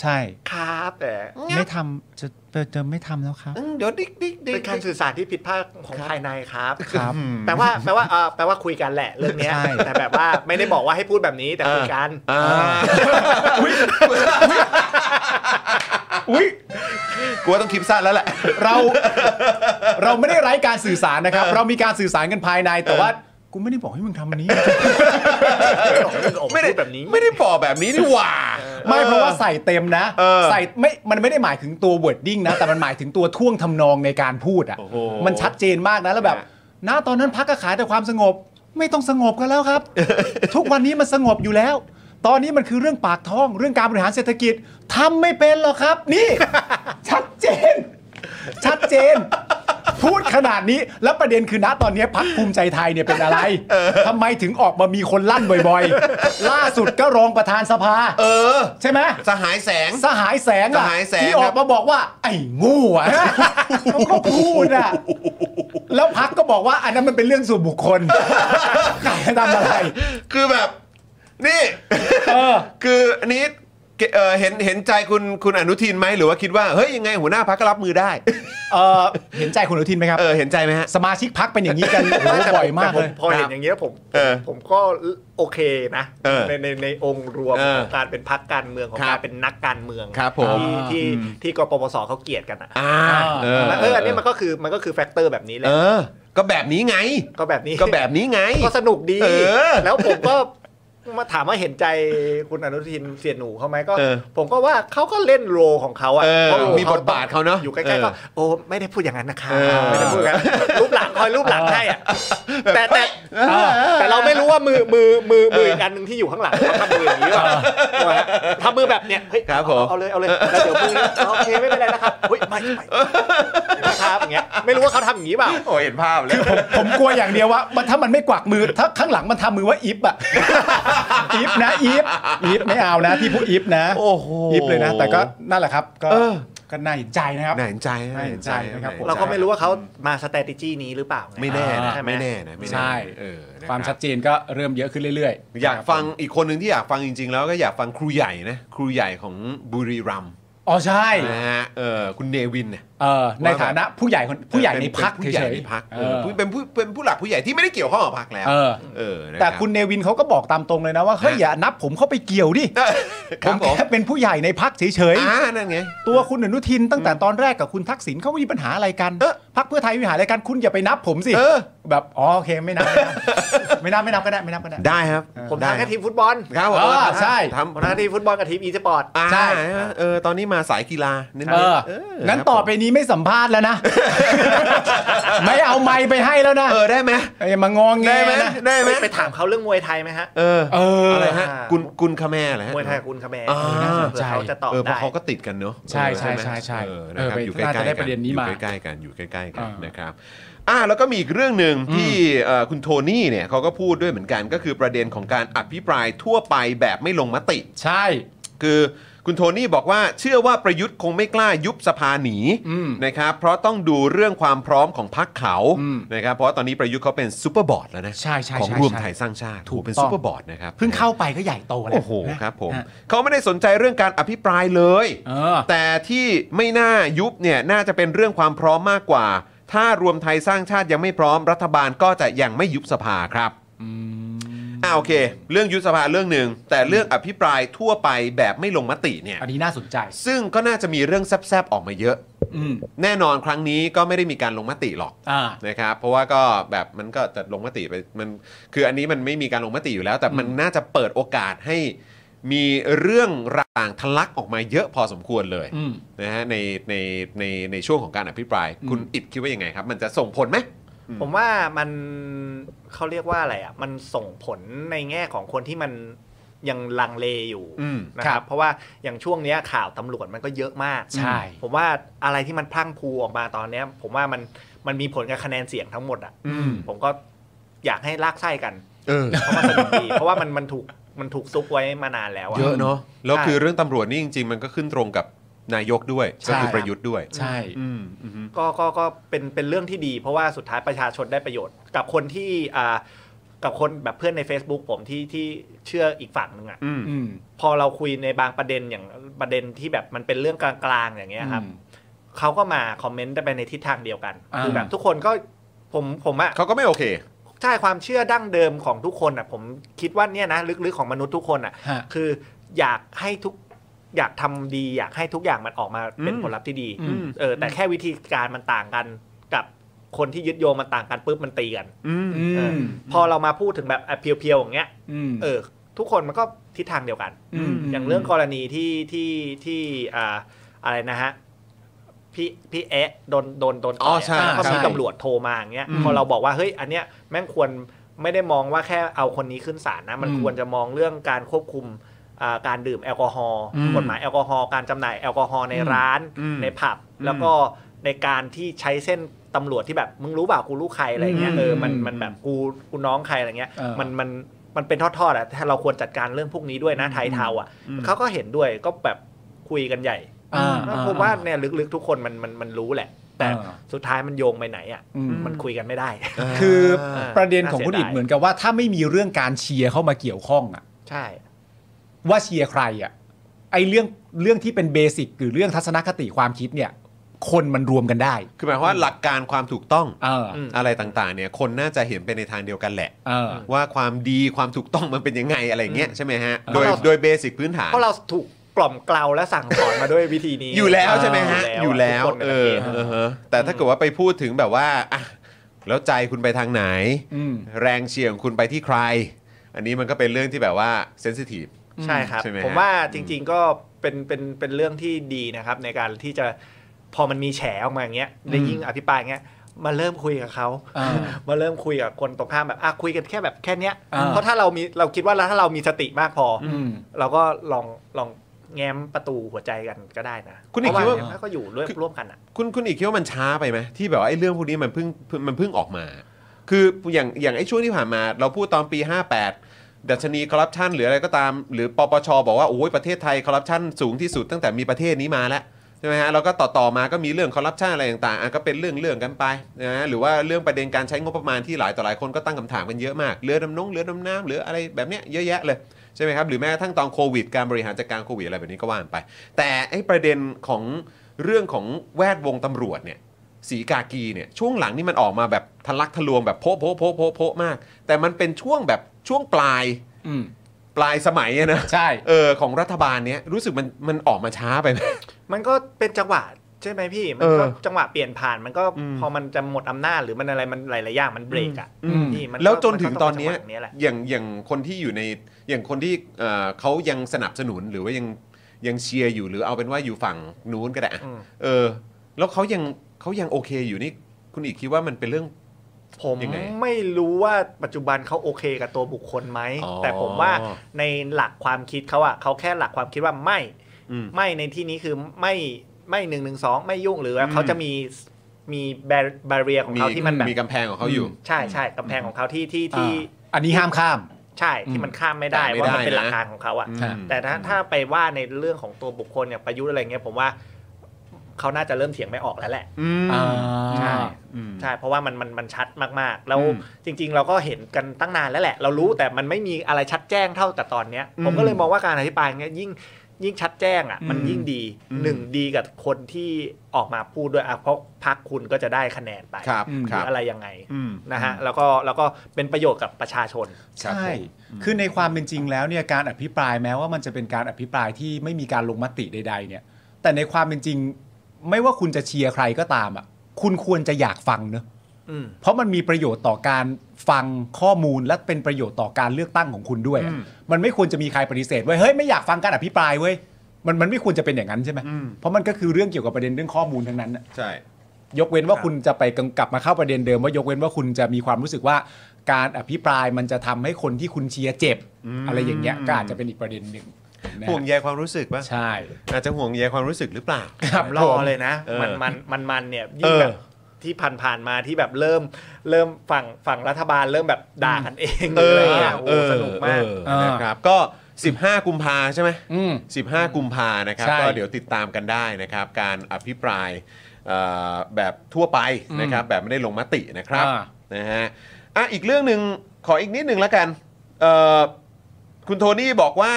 [SPEAKER 2] ใช่
[SPEAKER 3] ครับแต่
[SPEAKER 2] ไม่ทำจะจะไม่ทำแล้วครับ
[SPEAKER 1] อื้อเดี๋ยวดิ๊กดิ๊กดิ๊
[SPEAKER 3] เป็น
[SPEAKER 1] ก
[SPEAKER 3] การ
[SPEAKER 1] (laughs)
[SPEAKER 3] สื่อสารที่ผิดพลาดของภายในครับ
[SPEAKER 2] ครับ
[SPEAKER 3] แปลว่าแปลว่าเออแปลว่าคุยกันแหละเรื่องเนี้ย
[SPEAKER 2] ใช่
[SPEAKER 3] แต่แบบว่าไม่ได้บอกว่าให้พูดแบบนี้แต่คุยกัน
[SPEAKER 1] อ่า
[SPEAKER 2] อุ้ย
[SPEAKER 1] กลัวต้องคลิปสั้นแล้วแหละ
[SPEAKER 2] เรา เราไม่ได้ไร้การสื่อสารนะครับ เรามีการสื่อสารกันภายในแต่ว่า กูไม่ได้บอกให้มึงทำอั (laughs) นนี้
[SPEAKER 1] ไม่
[SPEAKER 3] ไม่
[SPEAKER 1] ได้
[SPEAKER 3] ได้แบบนี้
[SPEAKER 1] ไม่ได้บอกแบบนี้นี่หว่า
[SPEAKER 2] ไม่เพราะว่าใส่เต็มนะ
[SPEAKER 1] เออ
[SPEAKER 2] ใส่ไม่ มันไม่ได้หมายถึงตัว wording นะ แต่มันหมายถึงตัวท่วงทำนองในการพูดอ่ะ
[SPEAKER 1] โอ้โห
[SPEAKER 2] มันชัดเจนมากนะ แล้วแบบ
[SPEAKER 1] นะ
[SPEAKER 2] นะตอนนั้นพักก็ขายแต่ความสงบ ไม่ต้องสงบกันแล้ว
[SPEAKER 1] (laughs)
[SPEAKER 2] ครับ ทุกวันนี้มันสงบอยู่แล้ว ตอนนี้มันคือเรื่องปากท้อง เรื่องการบริหารเศรษฐกิจทำไม่เป็นหรอกครับ
[SPEAKER 1] (laughs)
[SPEAKER 2] นี่ ชัดเจน ชัดเจน พูดขนาดนี้แล้วประเด็นคือณตอนนี้พักภูมิใจไทยเนี่ยเป็นอะไรทำไมถึงออกมามีคนลั่นบ่อยๆ ล่าสุดก็รองประธานสภา
[SPEAKER 1] เออ
[SPEAKER 2] ใช่ไหม
[SPEAKER 1] สหายแสง
[SPEAKER 2] สหายแสง
[SPEAKER 1] ส
[SPEAKER 2] อะ
[SPEAKER 1] หายแสง
[SPEAKER 2] ที่ออกมาบอกว่า ไอ้โงูอ่ะ (laughs) เขาก็พูดอ่ะ แล้วพักก็บอกว่า อันนั้นมันเป็นเรื่องส่วนบุคคล (laughs) ใครจะทำอะไร
[SPEAKER 1] คือแบบนี่
[SPEAKER 2] เออ
[SPEAKER 1] คืออันนี้เกเอ่อเห็นเห็นใจคุณคุณอนุทินไหมหรือว่าคิดว่าเฮ้ยยังไงหัวหน้าพักก็รับมือได้
[SPEAKER 2] เออเห็นใจคุณอนุทินไหมครับ
[SPEAKER 1] เออเห็นใจไหมฮะ
[SPEAKER 2] สมาชิกพักเป็นอย่างนี้
[SPEAKER 1] (laughs)
[SPEAKER 2] กันโอ้โหบ่อยมาก
[SPEAKER 3] แต่ผ
[SPEAKER 2] เลย
[SPEAKER 3] พอ
[SPEAKER 1] ค
[SPEAKER 3] เห็
[SPEAKER 1] รั
[SPEAKER 3] น
[SPEAKER 1] บ
[SPEAKER 3] อย่างเงี้ยผม
[SPEAKER 1] เออ
[SPEAKER 3] ผมก็โอเคนะ
[SPEAKER 1] เออ
[SPEAKER 3] ในในในองค์รวม
[SPEAKER 1] เออ
[SPEAKER 3] ของการเป็นพักการเมืองของ
[SPEAKER 1] ครับ
[SPEAKER 3] การเป็นนักการเมือง
[SPEAKER 1] ครับผม
[SPEAKER 3] ที่
[SPEAKER 2] อ่า
[SPEAKER 3] ที่ที่กปปสเขาเกลียดกันอ่ะ
[SPEAKER 1] อ่า
[SPEAKER 2] เอ
[SPEAKER 3] แล้วเอออันนี้มันก็คือมันก็คือแฟกเตอร์แบบนี้แห
[SPEAKER 1] เอ
[SPEAKER 3] ละ
[SPEAKER 1] อ ก็แบบนี้ไง
[SPEAKER 3] ก็แบบนี้
[SPEAKER 1] ก็แบบนี้ไง
[SPEAKER 3] ก็สนุกดี
[SPEAKER 1] เออ
[SPEAKER 3] แล้วผมก็มาถามว่าเห็นใจคุณอนุทินเสียหนูเขาไหมก็
[SPEAKER 1] เออ
[SPEAKER 3] ผมก็ว่าเขาก็เล่นโรของเขาอ่ะ
[SPEAKER 1] เออ
[SPEAKER 3] เพราะ
[SPEAKER 1] มีบทบาทเขาเนอะ
[SPEAKER 3] อยู่ใกล้ๆก็
[SPEAKER 1] เออ
[SPEAKER 3] โอ้ไม่ได้พูดอย่างนั้นนะคะ
[SPEAKER 1] เออ
[SPEAKER 3] ไม่ได้พูดอย่างนั้นรูปหลังคอยรูปหลังให้อ่ะแต่แต่
[SPEAKER 2] เออ
[SPEAKER 3] แต่เราไม่รู้ว่ามือมือมือมืออีกอันหนึ่งที่อยู่ข้างหลังเขาทำมืออย่างนี้ว่าทำมือแบบเนี้ยเฮ้ย
[SPEAKER 1] ครับผม
[SPEAKER 3] เอาเอาเลยเอาเลยแล้วเดี๋ยวมือเนี่ยโอเคไม่เป็นไรนะครับเฮ้ยไม่ไม่นะครับอย่างเงี้ยไม่รู้ว่าเขาทำอย่างนี้เปล่า
[SPEAKER 1] โอ้เห็นภาพเลย
[SPEAKER 2] ผมผมกลัวอย่างเดียวว่ามันถ้ามันไม่กวักมือ ถ้าข้างหลังมันทำมือว่าอิฟอะ (laughs) อิฟนะอิฟอิฟไม่เอานะ ที่พูดอิฟนะ
[SPEAKER 1] โอ้โห
[SPEAKER 2] ฟเลยนะ แต่ก็นั่นแหละครับ ก็
[SPEAKER 1] เออ
[SPEAKER 2] ก็น่าเห็นใจนะครับ
[SPEAKER 1] น่าเห็นใจ
[SPEAKER 2] น่าเห็นใจนะครับผม
[SPEAKER 3] เราก็ไม่รู้ว่าเขามาส t r a t e g y นี้หรือเปล่า
[SPEAKER 1] ไม่แน่นะ
[SPEAKER 3] ใช่ห
[SPEAKER 1] ไม่แน่นะไม่แน่นะ
[SPEAKER 2] ใช่
[SPEAKER 1] เออนะ
[SPEAKER 2] ความ
[SPEAKER 1] รั
[SPEAKER 2] ชั
[SPEAKER 1] บ
[SPEAKER 2] ดเจนก็เริ่มเยอะขึ้นเรื่อยๆ
[SPEAKER 1] อยากฟังอีกคนหนึ่งที่อยากฟังจริง ๆ แล้วก็อยากฟังครูใหญ่นะครูใหญ่ของบุรีรัมย์
[SPEAKER 2] อ๋อใช่
[SPEAKER 1] นะฮะเออคุณเนวินเนี่ย
[SPEAKER 2] เอ่อในฐานะผู้ใหญ่คนผู้ใหญ่ในพัก
[SPEAKER 1] เป็ผู้
[SPEAKER 2] เฉ
[SPEAKER 1] ใหญ่
[SPEAKER 2] ย
[SPEAKER 1] ในพัก
[SPEAKER 2] ๆ
[SPEAKER 1] เอ
[SPEAKER 2] เอ
[SPEAKER 1] อ
[SPEAKER 2] อ
[SPEAKER 1] เป็นผู้เป็นผู้หลักผู้ใหญ่ที่ไม่ได้เกี่ยวข้องกับพักแล้ว
[SPEAKER 2] เออ
[SPEAKER 1] เออนะรับ
[SPEAKER 2] แต่คุณเนวินเขาก็บอกตามตรงเลยนะว่าเฮ้ย
[SPEAKER 1] ฮะ
[SPEAKER 2] อย่านับผมเข้าไปเกี่ยวดิ
[SPEAKER 1] ค
[SPEAKER 2] ผ
[SPEAKER 1] รับ
[SPEAKER 2] ม
[SPEAKER 1] ผม
[SPEAKER 2] แค่เป็นผู้ใหญ่ในพักเฉย
[SPEAKER 1] อ่านั่นไง
[SPEAKER 2] ๆตัวคุณอนุทินตั้งแต่ตอนแรกกับคุณทักษิณเขาไม่มีปัญหาอะไรกัน
[SPEAKER 1] เออ
[SPEAKER 2] พักเพื่อไทยมีปัญหาอะไรกันคุณอย่าไปนับผมสิ
[SPEAKER 1] เออ
[SPEAKER 2] แบบอ๋อโอเคไม่นับไม่นับไม่นับไม่นับก็ได้ไม่นับก็ได้
[SPEAKER 1] ได้ครับ
[SPEAKER 3] ผม
[SPEAKER 1] ได้
[SPEAKER 3] ทำแค่ทีมฟุตบอล
[SPEAKER 1] ครับผม
[SPEAKER 2] เออใช่
[SPEAKER 1] ทำ
[SPEAKER 3] ผมทำแค่ทีมฟุตบอลกับทีมอีสปอร์ต
[SPEAKER 1] อ่า
[SPEAKER 2] ใช่
[SPEAKER 1] เออตอนนี้มาสายกีฬาเน้นๆ
[SPEAKER 2] เออ
[SPEAKER 1] เออ
[SPEAKER 2] งั้น
[SPEAKER 1] ครับ
[SPEAKER 2] ต่อ
[SPEAKER 1] ผม
[SPEAKER 2] ไปนี้ไม่สัมภาษณ์แล้วนะ ไม่เอาไมค์ไปให้แล้วนะ
[SPEAKER 1] เออได้ไหม
[SPEAKER 2] ไอ้มางองแง
[SPEAKER 1] ได้ไหม
[SPEAKER 2] นะ
[SPEAKER 1] ได้ไหม
[SPEAKER 3] ไปถามเขาเรื่องมวยไทยไหมฮะ
[SPEAKER 1] เออ
[SPEAKER 2] เออ
[SPEAKER 1] อะไรฮะกุนกุนคาแม่เหรอฮะ
[SPEAKER 3] มวยไทยกับคุณคาแมร์
[SPEAKER 1] อ่า
[SPEAKER 3] เผื่อเขาจะตอบ
[SPEAKER 1] เออเพราะ
[SPEAKER 3] ได้
[SPEAKER 1] เขาก็ติดกันเนอะ
[SPEAKER 2] ใช่ใช่
[SPEAKER 1] ไหม
[SPEAKER 2] ใช่ใช่
[SPEAKER 1] เออนะครับ
[SPEAKER 2] เออ
[SPEAKER 1] อยู่ใก
[SPEAKER 2] น่า
[SPEAKER 1] ล้
[SPEAKER 2] จะ
[SPEAKER 1] ๆ
[SPEAKER 2] ได้
[SPEAKER 1] กั
[SPEAKER 2] ประเด็นนี้มา
[SPEAKER 1] อยู่ใกล้ๆกันอยู่ใกล้ๆกัน
[SPEAKER 2] อ่าน
[SPEAKER 1] นะครับอ่าแล้วก็มีอีกเรื่องหนึ่งที่เอ่อคุณโทนี่เนี่ยเขาก็พูดด้วยเหมือนกันก็คือประเด็นของการอภิปรายทั่วไปแบบไม่ลงมติ
[SPEAKER 2] ใช่
[SPEAKER 1] คือคุณโทนี่บอกว่าเชื่อว่าประยุทธ์คงไม่กล้ายุบสภาหนี
[SPEAKER 2] อืม
[SPEAKER 1] นะครับเพราะต้องดูเรื่องความพร้อมของพรรคเขา
[SPEAKER 2] อืม
[SPEAKER 1] นะครับเพราะว่าตอนนี้ประยุทธ์เขาเป็นซูเปอร์บอร์ดแล้วนะ
[SPEAKER 2] ใช่ใช่
[SPEAKER 1] ของ
[SPEAKER 2] ใช่
[SPEAKER 1] รวม
[SPEAKER 2] ใช่
[SPEAKER 1] ไทยสร้างชาติ
[SPEAKER 2] ถูก
[SPEAKER 1] เป็น
[SPEAKER 2] ต้อง
[SPEAKER 1] ซูเปอร์บอร์ดนะครับ
[SPEAKER 2] เพิ่งเข้าไปก็ใหญ่โตแล้ว
[SPEAKER 1] โอ้โห
[SPEAKER 2] นะครับ
[SPEAKER 1] ผม
[SPEAKER 2] ฮะ
[SPEAKER 1] เขาไม่ได้สนใจเรื่องการอภิปรายเลย
[SPEAKER 2] เออ
[SPEAKER 1] แต่ที่ไม่น่ายุบเนี่ยน่าจะเป็นเรื่องความพร้อมมากกว่า ถ้ารวมไทยสร้างชาติยังไม่พร้อมรัฐบาลก็จะยังไม่ยุบสภาครับอ่าโอเค เรื่องยุบสภาเรื่องหนึ่งแต่เรื่องอภิปรายทั่วไปแบบไม่ลงมติเนี่ย
[SPEAKER 2] อันนี้น่าสนใจ
[SPEAKER 1] ซึ่งก็น่าจะมีเรื่องแซบๆออกมาเยอะ
[SPEAKER 2] อืม
[SPEAKER 1] แน่นอนครั้งนี้ก็ไม่ได้มีการลงมติหรอก
[SPEAKER 2] อ่า
[SPEAKER 1] นะครับเพราะว่าก็แบบมันก็จะลงมติไปมันคืออันนี้มันไม่มีการลงมติอยู่แล้ว แต่มันน่าจะเปิดโอกาสให้มีเรื่องรางทะลักออกมาเยอะพอสมควรเลย
[SPEAKER 2] อืม
[SPEAKER 1] นะฮะในในในในช่วงของการอภิปราย คุณอิดคิดว่ายังไงครับ มันจะส่งผลไหม
[SPEAKER 3] ผมว่ามันเขาเรียกว่าอะไรอ่ะ มันส่งผลในแง่ของคนที่มันยังลังเลอยู่
[SPEAKER 1] อืม
[SPEAKER 3] นะ
[SPEAKER 2] ค
[SPEAKER 3] ค
[SPEAKER 2] รั
[SPEAKER 3] รั
[SPEAKER 2] บบ
[SPEAKER 3] เพราะว่าอย่างช่วงเนี้ยข่าวตำรวจมันก็เยอะมาก
[SPEAKER 2] ใช่
[SPEAKER 3] ผมว่าอะไรที่มันพลั่งพรูออกมาตอนเนี้ย ผมว่ามันมันมีผลกับคะแนนเสียงทั้งหมดอ่ะ
[SPEAKER 1] อืม
[SPEAKER 3] ผมก็อยากให้ลากไส้กัน
[SPEAKER 1] เออ
[SPEAKER 3] เพราะมันสนุกดีเพราะว่ามันมันถูกมันถูกซุกไว้มานานแล้วอ่ะ
[SPEAKER 1] เยอะเนาะแล้ว
[SPEAKER 3] ใช่
[SPEAKER 1] คือเรื่องตำรวจนี่จริง ๆ มันก็ขึ้นตรงกับนายกด้วย
[SPEAKER 3] ใช่
[SPEAKER 1] ก็คือประยุทธ์ด้วย
[SPEAKER 2] ใช่
[SPEAKER 1] อืมอืม
[SPEAKER 3] ก็ก็ก็เป็นเป็นเรื่องที่ดี เพราะว่าสุดท้ายประชาชนได้ประโยชน์ กับคนที่อ่ากับคนแบบเพื่อนใน Facebook ผมที่ที่เชื่ออีกฝั่งหนึ่งอ่ะ
[SPEAKER 2] อืม
[SPEAKER 3] พอเราคุยในบางประเด็นอย่างประเด็นที่แบบมันเป็นเรื่องกลางๆอย่างเงี้ยครับ
[SPEAKER 2] อืม
[SPEAKER 3] เขาก็มาคอมเมนต์ไปในทิศทางเดียวกัน
[SPEAKER 2] อ่า
[SPEAKER 3] คือแบบทุกคนก็ผมผมอะ
[SPEAKER 1] เขาก็ไม่โอเค
[SPEAKER 3] ใช่ความเชื่อดั้งเดิมของทุกคนอะผมคิดว่าเนี่ยนะลึกๆของมนุษย์ทุกคนอะ
[SPEAKER 2] ฮะ
[SPEAKER 3] คืออยากให้ทุกอยากทำดี อยากให้ทุกอย่างมันออกมาเป็น
[SPEAKER 1] อืม
[SPEAKER 3] ผลลัพธ์ที่ดี
[SPEAKER 2] อืม
[SPEAKER 3] เออแต่แค่วิธีการมันต่างกันกับคนที่ยึดโยงมันต่างกันปุ๊บมันตีกัน
[SPEAKER 1] อืม
[SPEAKER 2] อื
[SPEAKER 3] เออ
[SPEAKER 2] ม
[SPEAKER 3] พอเรามาพูดถึงแบบอ่ะเพียวๆอย่างเงี้ย
[SPEAKER 2] อืม
[SPEAKER 3] เออทุกคนมันก็ทิศทางเดียวกัน
[SPEAKER 2] อืม
[SPEAKER 3] อย่างเรื่องกรณีที่ที่ที่อ่าอะไรนะฮะพี่พี่เอ๊ะโดนโดนโดนต่ย
[SPEAKER 1] อ๋อใช่
[SPEAKER 3] แล้วก็มี
[SPEAKER 2] ใช่
[SPEAKER 3] ตำรวจโทรมาอย่างเงี้ย
[SPEAKER 2] อืม
[SPEAKER 3] พอเราบอกว่าเฮ้ยอันเนี้ยแม่งควรไม่ได้มองว่าแค่เอาคนนี้ขึ้นศาลนะ มัน
[SPEAKER 2] อืม
[SPEAKER 3] ควรจะมองเรื่องการควบคุมอ่าการดื่มแอลกอฮอล์
[SPEAKER 2] อืม
[SPEAKER 3] กฎหมายแอลกอฮอล์การจำหน่ายแอลกอฮอล์ใน
[SPEAKER 2] อืม
[SPEAKER 3] ร้าน
[SPEAKER 1] อืม
[SPEAKER 3] ในผับ
[SPEAKER 1] อืม
[SPEAKER 3] แล้วก็ในการที่ใช้เส้นตำรวจที่แบบมึงรู้เปล่ากูรู้ใครอะไรเงี้ยเออมันมันแบบกูกูน้องใครอะไรเงี้ย
[SPEAKER 2] เออ
[SPEAKER 3] มันมันมันเป็นทอดๆอ่ะถ้าเราควรจัดการเรื่องพวกนี้ด้วยนะไทยเทาอ่ะเขาก็เห็นด้วยก็แบบคุยกันใหญ่
[SPEAKER 2] อ่า
[SPEAKER 3] ก็
[SPEAKER 2] อ่
[SPEAKER 3] ผมว่าเนี่ยลึกๆทุกคนมันมันมันรู้แหละ แต่
[SPEAKER 2] อ่า
[SPEAKER 3] สุดท้ายมันโยงไปไหนอ่ะ
[SPEAKER 2] อืม
[SPEAKER 3] มันคุยกันไม่ได้
[SPEAKER 2] คือ
[SPEAKER 1] อ่า
[SPEAKER 2] ประเด็นของคุณ
[SPEAKER 3] น่าเสียดาย
[SPEAKER 2] อิดเหมือนกับว่าถ้าไม่มีเรื่องการเชียร์เข้ามาเกี่ยวข้องอะ
[SPEAKER 3] ใช่
[SPEAKER 2] ว่าเชียร์ใครอะไอเรื่องเรื่องที่เป็นเบสิกหรือเรื่องทัศนคติความคิดเนี่ย คนมันรวมกันได้
[SPEAKER 1] คือหมายความว่าหลักการความถูกต้อง
[SPEAKER 2] เอออ
[SPEAKER 3] อืม
[SPEAKER 1] อะไรต่างๆ เนี่ย คนน่าจะเห็นไปในทางเดียวกันแหละ
[SPEAKER 2] เออ
[SPEAKER 1] ว่าความดีความถูกต้องมันเป็นยังไงอะไรอย่างเงี้ยใช่ไหมฮะ โดย
[SPEAKER 2] เรา
[SPEAKER 1] โดยเบสิกพื้นฐาน
[SPEAKER 3] เพราะเราถูกกล่อมเกลาและสั่งสอนมาด้วยวิธีนี้
[SPEAKER 1] อยู่แล้วใช่ไหมฮะ
[SPEAKER 3] า
[SPEAKER 1] อยู่แล้ว
[SPEAKER 3] ทุกคน
[SPEAKER 1] เออ
[SPEAKER 3] ในประทศ
[SPEAKER 1] เออฮะแต่ถ้าเกิดว่าไปพูดถึงแบบว่าอ่ะแล้วใจคุณไปทางไหน
[SPEAKER 2] อืม
[SPEAKER 1] แรงเชียร์ของคุณไปที่ใคร อันนี้มันก็เป็นเรื่องที่แบบว่าเซนซิทีฟ
[SPEAKER 3] ใช่ครับ
[SPEAKER 1] ใช่ไหมฮะ
[SPEAKER 3] ผมว่าจริงๆก็เป็นเป็นเป็นเรื่องที่ดีนะครับ ในการที่จะพอมันมีแฉออกมาอย่างเงี้ยได้ยิ่งอภิปรายอย่างเงี้ยมาเริ่มคุยกับเขา
[SPEAKER 2] อ่า
[SPEAKER 3] (laughs) มาเริ่มคุยกับคนตรงข้ามแบบอ่ะคุยกันแค่แบบแค่เนี้ย
[SPEAKER 2] อ่า
[SPEAKER 3] เพราะถ้าเรามีเราคิดว่าแล้วถ้าเรามีสติมากพออ
[SPEAKER 2] อืม
[SPEAKER 3] เราก็ลองลองแง้มประตูหัวใจกันก็ได้นะ
[SPEAKER 1] คุณอีก
[SPEAKER 3] เพ
[SPEAKER 1] คิด
[SPEAKER 3] ราะ
[SPEAKER 1] ว่า
[SPEAKER 3] ว่าเนี่ยก็อยู่ร่วมร่วมกันอ่ะ
[SPEAKER 1] คุณคุณอีกคิดว่ามันช้าไปไหมที่แบบว่าไอ้เรื่องพวกนี้มันเพิ่งเพิ่งมันเพิ่งออกมา คืออย่างอย่างไอ้ช่วงที่ผ่านมาเราพูดตอนปี 58 ดัชนีคอร์รัปชันหรืออะไรก็ตาม หรือปปชบอกว่าโอ้ยประเทศไทยคอร์รัปชันสูงที่สุดตั้งแต่มีประเทศนี้มาแล้วใช่ไหมฮะแล้วก็ต่อต่อมาก็มีเรื่องคอร์รัปชันอะไรต่างๆอ่ะก็เป็นเรื่องเรื่องกันไปนะฮะหรือว่าเรื่องประเด็นการใช้งบประมาณที่หลายต่อหลายคนก็ตั้งคำถามกันเยอะมากเรือดำน้งเรือดำน้ำหรืออะไรแบบเนี้ยเยอะแยะเลยใช่ไหมครับหรือแม้กระทั่งตอนโควิดการบริหารจัดการโควิดอะไรแบบนี้ก็ว่านไป แต่ไอ้ประเด็นของ เรื่องของแวดวงตำรวจเนี่ยสีกากีเนี่ยช่วงหลังนี่มันออกมาแบบทะลักทะลวงแบบโพะโพะโพะโพะโพะมาก แต่มันเป็นช่วงแบบช่วงปลาย
[SPEAKER 2] อืม
[SPEAKER 1] ปลายสมัยอะนะ
[SPEAKER 2] ใช่
[SPEAKER 1] เออของรัฐบาลเนี้ยรู้สึกมันมันออกมาช้าไปไหม
[SPEAKER 3] มันก็เป็นจังหวะใช่ไหมพี่ มันก็
[SPEAKER 1] เออ
[SPEAKER 3] จังหวะเปลี่ยนผ่านมันก็
[SPEAKER 1] อืม
[SPEAKER 3] พอมันจะหมดอำนาจหรือมันอะไรมันหลายๆอย่างมันเบรกอ่ะ
[SPEAKER 1] อืม
[SPEAKER 3] พี่มัก็
[SPEAKER 1] แล้วจนถึงตอนเนี้ย
[SPEAKER 3] มัก็งเป็จังหวะแหละ
[SPEAKER 1] อย่างอย่างคนที่อยู่ในอย่างคนที่เอ่อเขายังสนับสนุนหรือว่ายังยังเชียร์อยู่หรือเอาเป็นว่าอยู่ฝั่งนู้นก็ได้อะ
[SPEAKER 3] อืม
[SPEAKER 1] เออ แล้วเขายังเขายังโอเคอยู่นี่คุณอีกคิดว่ามันเป็นเรื่อง
[SPEAKER 3] ผม
[SPEAKER 1] ยังไง
[SPEAKER 3] ไม่รู้ว่าปัจจุบันเขาโอเคกับตัวบุคคลไหม
[SPEAKER 1] อ๋อ
[SPEAKER 3] แต่ผมว่าในหลักความคิดเขาอะเขาแค่หลักความคิดว่าไม่
[SPEAKER 1] อืม
[SPEAKER 3] ไม่ในที่นี้คือไม่ไม่หนึ่งหนึ่งสองไม่ยุ่งหรือว่า
[SPEAKER 1] อืม
[SPEAKER 3] เขาจะมีมีแบเรียของ
[SPEAKER 1] มี
[SPEAKER 3] เขาที่มันแบบ
[SPEAKER 1] มีกำแพงของเขาอยู่
[SPEAKER 3] ใช่ใช่กำแพงของเขาที่ที่ที่
[SPEAKER 2] อันนี้ห้ามข้าม
[SPEAKER 3] ใช่ที่มันข้ามไม่ได้
[SPEAKER 1] ข้ามไม่
[SPEAKER 3] ว่า
[SPEAKER 1] ได้
[SPEAKER 3] มันเป็น
[SPEAKER 1] นะ
[SPEAKER 3] หลักการของเขาอะ
[SPEAKER 1] อืม
[SPEAKER 3] แต่ถ้าถ้าไปว่าในเรื่องของตัวบุคคลเนี่ยประยุทธ์อะไรเงี้ยผมว่าเขาน่าจะเริ่มเถียงไม่ออกแล้วแหละ
[SPEAKER 2] อ่า
[SPEAKER 3] ใช่
[SPEAKER 1] อืม
[SPEAKER 3] ใช่เพราะว่ามันมันมันชัดมากๆ แล้ว
[SPEAKER 1] อืม
[SPEAKER 3] จริง ๆ เราก็เห็นกันตั้งนานแล้วแหละ เรารู้แต่มันไม่มีอะไรชัดแจ้งเท่าแต่ตอนเนี้ย
[SPEAKER 1] อืม
[SPEAKER 3] ผมก็เลยมองว่าการอธิบายเนี้ยยิ่งยิ่งชัดแจ้งอ่ะมันยิ่งดี
[SPEAKER 1] อืม
[SPEAKER 3] หนึ่งดีกับคนที่ออกมาพูดด้วยอ่ะเพราะพักคุณก็จะได้คะแนนไป
[SPEAKER 1] ครับ
[SPEAKER 2] อืม
[SPEAKER 1] ค
[SPEAKER 3] หรื
[SPEAKER 1] รับ
[SPEAKER 3] ออะไรยังไง
[SPEAKER 1] อืม
[SPEAKER 3] นะฮะแล้วก็แล้วก็เป็นประโยชน์กับประชาชน
[SPEAKER 1] ครับผ
[SPEAKER 2] ใช่
[SPEAKER 1] ม
[SPEAKER 2] คือในความเป็นจริงแล้วเนี่ยการอภิปรายแม้ว่ามันจะเป็นการอภิปรายที่ไม่มีการลงมติใด ๆ เนี่ย แต่ในความเป็นจริง ไม่ว่าคุณจะเชียร์ใครก็ตามอ่ะ คุณควรจะอยากฟังเนอะ
[SPEAKER 3] อืม
[SPEAKER 2] เพราะมันมีประโยชน์ต่อการฟังข้อมูลและเป็นประโยชน์ต่อการเลือกตั้งของคุณด้วยอะมันไม่ควรจะมีใครปฏิเสธเว้ยเฮ้ยไม่อยากฟังการอภิปรายเว้ยมันมันไม่ควรจะเป็นอย่างนั้นใช่ไหม
[SPEAKER 1] อืม
[SPEAKER 2] เพราะมันก็คือเรื่องเกี่ยวกับประเด็นเรื่องข้อมูลทั้งนั้นอะ
[SPEAKER 1] ใช่
[SPEAKER 2] ยกเว้นว่า
[SPEAKER 3] ครับ
[SPEAKER 2] คุณจะไปกำกลับมาเข้าประเด็นเดิมว่ายกเว้นว่าคุณจะมีความรู้สึกว่า การอภิปรายมันจะทำให้คนที่คุณเชียร์เจ็บ
[SPEAKER 1] อืม
[SPEAKER 2] อะไรอย่างเงี้ยก็อาจจะเป็นอีกประเด็นหนึ่งนะ
[SPEAKER 1] ห่วงใยความรู้สึกป่ะ
[SPEAKER 2] ใช่
[SPEAKER 1] อาจจะห่วงใยความรู้สึกหรือเปล่า
[SPEAKER 2] ครับ
[SPEAKER 3] ร
[SPEAKER 2] ผ
[SPEAKER 3] อ
[SPEAKER 2] ม
[SPEAKER 3] เลยนะ
[SPEAKER 1] เออ
[SPEAKER 3] มันมันมันมันเนี่ย
[SPEAKER 1] เอ
[SPEAKER 3] ยิ่ง
[SPEAKER 1] อ
[SPEAKER 3] แบบที่ผ่านๆมาที่แบบเริ่ม เริ่มฝั่งฝั่งรัฐบาลเริ่มแบบด่ากันเองหรืออะไรเงี้ยโอ้สนุกมาก
[SPEAKER 1] เออนะครับก็ 15 กุมภาใช่ไหม
[SPEAKER 2] อืม
[SPEAKER 1] 15 กุมภานะครับ
[SPEAKER 2] ใช่
[SPEAKER 1] ก็เดี๋ยวติดตามกันได้นะครับ การอภิปรายเอ่อแบบทั่วไปนะครับ แบบไม่ได้ลงมตินะครับ
[SPEAKER 2] อ่า
[SPEAKER 1] นะฮะอ่ะอีกเรื่องหนึ่งขออีกนิดหนึ่งแล้วกันเอ่อคุณโทนี่บอกว่า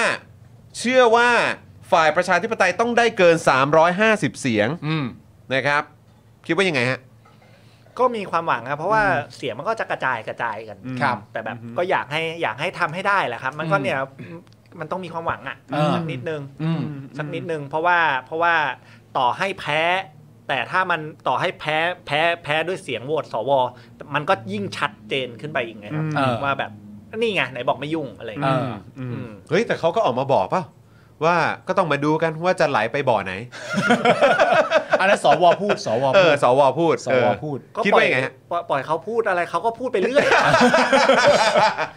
[SPEAKER 1] เชื่อว่าฝ่ายประชาธิปไตยต้องได้เกิน 350 เสียง
[SPEAKER 2] อืม
[SPEAKER 1] นะครับ คิดว่ายังไงฮะ
[SPEAKER 3] ก็มีความหวังครับเพราะว่าเสียงมันก็จะกระจายกระจายกัน
[SPEAKER 2] ครับ
[SPEAKER 3] แต่แบบก็อยากให้อยากให้ทำให้ได้แหละครับ มันก็
[SPEAKER 2] อืม
[SPEAKER 3] เนี่ยมันต้องมีความหวังอ่ะ
[SPEAKER 2] เออ
[SPEAKER 3] สักนิดนึง
[SPEAKER 2] อืม
[SPEAKER 3] สักนิดนึงเพราะว่าเพราะว่าต่อให้แพ้ แต่ถ้ามันต่อให้แพ้แพ้แพ้ด้วยเสียงโหวตสวมันก็ยิ่งชัดเจนขึ้นไปอีกไงครับ
[SPEAKER 2] เออ
[SPEAKER 3] ว่าแบบนี่ไงไหนบอกไม่ยุ่งอะไรอย่าง
[SPEAKER 2] เอ
[SPEAKER 3] เงี้ย
[SPEAKER 2] อ
[SPEAKER 1] อืม
[SPEAKER 3] อืม
[SPEAKER 1] เฮ้ย แต่เขาก็ออกมาบอกเปล่าว่าก็ต้องมาดูกันว่าจะไหลไปบ่อไหน
[SPEAKER 2] อันนั้นสวพูดสว
[SPEAKER 1] เอ
[SPEAKER 2] พู
[SPEAKER 1] อ
[SPEAKER 2] ด
[SPEAKER 1] สวพูด
[SPEAKER 2] สว
[SPEAKER 1] เออ
[SPEAKER 2] พูด
[SPEAKER 3] ก็
[SPEAKER 1] คิด
[SPEAKER 3] ปล่
[SPEAKER 1] ว่า
[SPEAKER 3] อย
[SPEAKER 1] ยังไงฮะ
[SPEAKER 3] ปล่อยปล่อยเขาพูดอะไรเขาก็พูดไปเรื่อย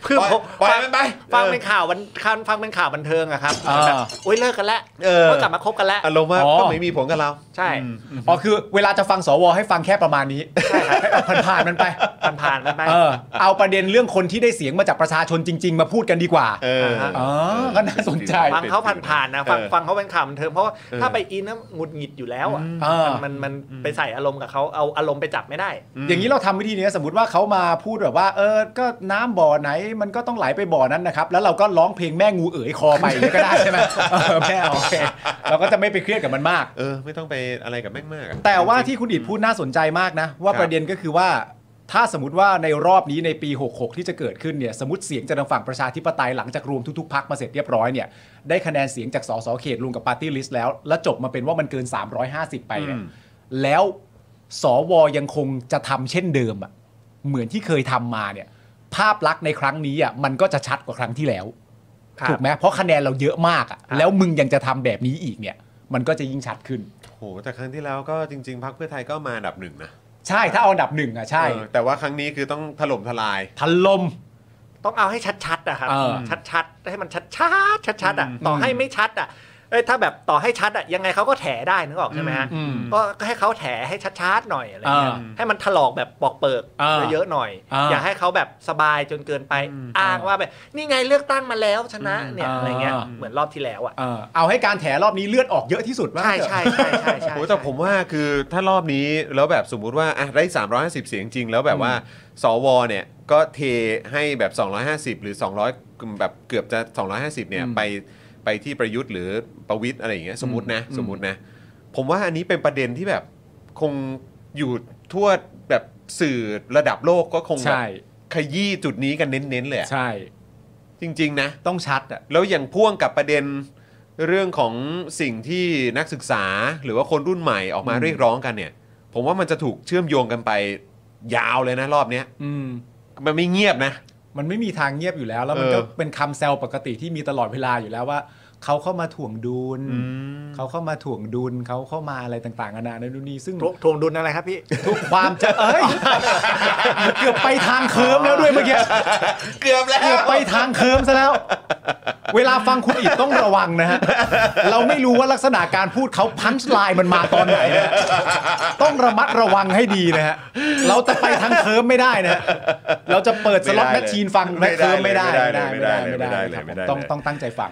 [SPEAKER 3] คือผม
[SPEAKER 1] ปล่อย
[SPEAKER 3] ฟัง
[SPEAKER 1] มันไป
[SPEAKER 3] ฟัง
[SPEAKER 1] เออ
[SPEAKER 3] เป็นข่าววันคันฟังเป็นข่าวบันเทิงอะครับ
[SPEAKER 2] อ่า
[SPEAKER 3] แบบโอ๊ยเลิกกันแล้ว
[SPEAKER 1] เออ
[SPEAKER 3] ก็กลับมาคบกันแล้ว
[SPEAKER 1] อารมณ์ว่า
[SPEAKER 2] อ๋อ
[SPEAKER 1] ก็ไม่มีผลกับเรา
[SPEAKER 3] ใช่
[SPEAKER 2] อ๋อคือเวลาจะฟังสวให้ฟังแค่ประมาณนี้ผ่านผ่านๆมันไป
[SPEAKER 3] ผ่านผ่านๆมันไป
[SPEAKER 2] เออเอาประเด็นเรื่องคนที่ได้เสียงมาจากประชาชนจริง ๆ มาพูดกันดีกว่า
[SPEAKER 1] เออ
[SPEAKER 2] อ๋อก็น่าสนใจ
[SPEAKER 3] ฟังเขาผ่านผ่านๆนะฟัง
[SPEAKER 1] เออ
[SPEAKER 3] ฟังเขาเป็นข่าวบันเทิงเพราะว่า
[SPEAKER 1] เออ
[SPEAKER 3] ถ้าไปอินนะหงุดหงิดอยู่แล้วอะ
[SPEAKER 2] เออ
[SPEAKER 3] มันมันมันไปใส่อารมณ์กับเขาเอาอารมณ์ไปจับไม่ได้
[SPEAKER 2] อย่างนี้เราทำวิธีนี้สมมติว่าเขามาพูดแบบว่า เออ ก็น้ำบ่อไหนมันก็ต้องไหลไปบ่อนั้นนะครับ แล้วเราก็ร้องเพลงแม่งูเอ๋ยคอไปอย่างนี้ก็ได้ใช่ไหมเออแม่โอเคเราก็จะไม่ไปเครียดกับมันมาก
[SPEAKER 1] เออ ไม่ต้องไปอะไรกับแม่งมากอะ
[SPEAKER 2] แต่ว่าที่คุณอิดพูดน่าสนใจมากนะ ว่า
[SPEAKER 1] ครับ
[SPEAKER 2] ประเด็นก็คือว่า ถ้าสมมติว่าในรอบนี้ในปี 66 ที่จะเกิดขึ้นเนี่ยสมมติเสียงจากทางฝั่งประชาธิปไตยหลังจากรวมทุกๆพักมาเสร็จเรียบร้อยเนี่ยได้คะแนนเสียงจากสสเขตรวมกับปาร์ตี้ลิสต์แล้ว แล้วจบมาเป็นว่ามันเกิน 350 ไปเนี่ย
[SPEAKER 1] อืม
[SPEAKER 2] แล้วสวยังคงจะทำเช่นเดิมอะเหมือนที่เคยทำมาเนี่ยภาพลักษณ์ในครั้งนี้อ่ะมันก็จะชัดกว่าครั้งที่แล้ว
[SPEAKER 3] ครับ
[SPEAKER 2] ถูกไหมเพราะคะแนนเราเยอะมากอ่ะแล้วมึงยังจะทำแบบนี้อีกเนี่ยมันก็จะยิ่งชัดขึ้น
[SPEAKER 1] โหแต่ครั้งที่แล้วก็จริง ๆพรรคเพื่อไทยก็มาอันดับหนึ่งนะ
[SPEAKER 2] ใช่ถ้าเอาอันดับหนึ่งอ่ะใช่
[SPEAKER 1] เออแต่ว่าครั้งนี้คือต้องถล่มทลาย
[SPEAKER 2] พันลม
[SPEAKER 3] ต้องเอาให้ชัดๆนะครับ
[SPEAKER 2] เออ
[SPEAKER 3] ชัดๆให้มันชัดชัดชัดชัดๆอะ
[SPEAKER 1] อืม
[SPEAKER 3] ต่อให้ไม่ชัดอะเอ้ยถ้าแบบต่อให้ชัดอะยังไงเขาก็แถได้นึกออกใช่ไหมฮะ
[SPEAKER 2] อืม
[SPEAKER 3] ก็ก็ให้เขาแถให้ชัดๆหน่อยอะไรเงี้ย
[SPEAKER 2] อ่า
[SPEAKER 3] ให้มันถลอกแบบปอกเปิก
[SPEAKER 2] อ่า
[SPEAKER 3] เยอะๆหน่อย
[SPEAKER 2] อ่า
[SPEAKER 3] อย่าให้เขาแบบสบายจนเกินไปอ้างว่าแบบนี่ไงเลือกตั้งมาแล้วชนะเนี่ย
[SPEAKER 2] อ่า
[SPEAKER 3] อะไรเงี้ยเหมือนรอบที่แล้วอะ
[SPEAKER 2] เออเอาให้การแถรอบนี้เลือดออกเยอะที่สุดว่า
[SPEAKER 3] ใช่
[SPEAKER 2] งั้นเถอะ
[SPEAKER 3] ใช่ใช่ใช่ใช่
[SPEAKER 1] โอ้แต่ผมว่าคือถ้ารอบนี้แล้วแบบสมมุติว่าอ่ะได้ 350 เสียงจริง แล้วแบบว่า สวเนี่ยก็เทให้แบบ 250 หรือ 200 แบบเกือบจะ 250เนี่ยไปไปที่ประยุทธ์หรือประวิทย์อะไรอย่างเงี้ยสมมตินะสมมตินะ ผมว่าอันนี้เป็นประเด็นที่แบบคงอยู่ทั่วแบบสื่อระดับโลกก็คงแบบ
[SPEAKER 2] ใช่
[SPEAKER 1] ขยี้จุดนี้กันเน้นๆเลยอะ
[SPEAKER 2] ใช่
[SPEAKER 1] จริง ๆ นะ
[SPEAKER 2] ต้องชัดอ่ะ
[SPEAKER 1] แล้วอย่างพ่วงกับประเด็นเรื่องของสิ่งที่นักศึกษาหรือว่าคนรุ่นใหม่ออกมา
[SPEAKER 2] อืม
[SPEAKER 1] เรียกร้องกันเนี่ย ผมว่ามันจะถูกเชื่อมโยงกันไปยาวเลยนะรอบเนี้ย
[SPEAKER 2] อืม
[SPEAKER 1] มันไม่เงียบนะ
[SPEAKER 2] มันไม่มีทางเงียบอยู่แล้ว แล้วมัน
[SPEAKER 1] เออ
[SPEAKER 2] ก็เป็นคำแซวปกติที่มีตลอดเวลาอยู่แล้วว่า เขาเข้ามาถ่วงดุลเขาเข้ามาถ่วงดุลเขาเข้ามาอะไรต่างๆนานาในนนนี่ซึ่ง
[SPEAKER 3] ทวงทวงดุลอะไรครับพี่
[SPEAKER 2] ทุกความจะเอ้ย เกือบไปทางเคิร์มแล้วด้วยเมื่อกี้
[SPEAKER 1] เกือบแล้ว
[SPEAKER 2] เกือบไปทางเคิร์มซะแล้ว เวลาฟังคุณอิดต้องระวังนะฮะเราไม่รู้ว่าลักษณะการพูดเขาพันช์ไลน์มันมาตอนไหนนะฮะต้องระมัดระวังให้ดีนะฮะเราจะไปทางเคิร์มไม่ได้นะฮะเราจะเปิดสล็อต
[SPEAKER 1] ไม่
[SPEAKER 2] แม
[SPEAKER 1] ได้
[SPEAKER 2] ช
[SPEAKER 1] เลย
[SPEAKER 2] ชีนฟังแมชเคิร์ม
[SPEAKER 1] ไม่
[SPEAKER 2] ไม่
[SPEAKER 1] ได้
[SPEAKER 2] ได้
[SPEAKER 1] เลยไม่ได้เลย
[SPEAKER 2] ครับ
[SPEAKER 1] ไม่
[SPEAKER 2] ผ
[SPEAKER 1] ได้
[SPEAKER 2] ม
[SPEAKER 1] เลย
[SPEAKER 2] ต้องต้องตั้งใจฟัง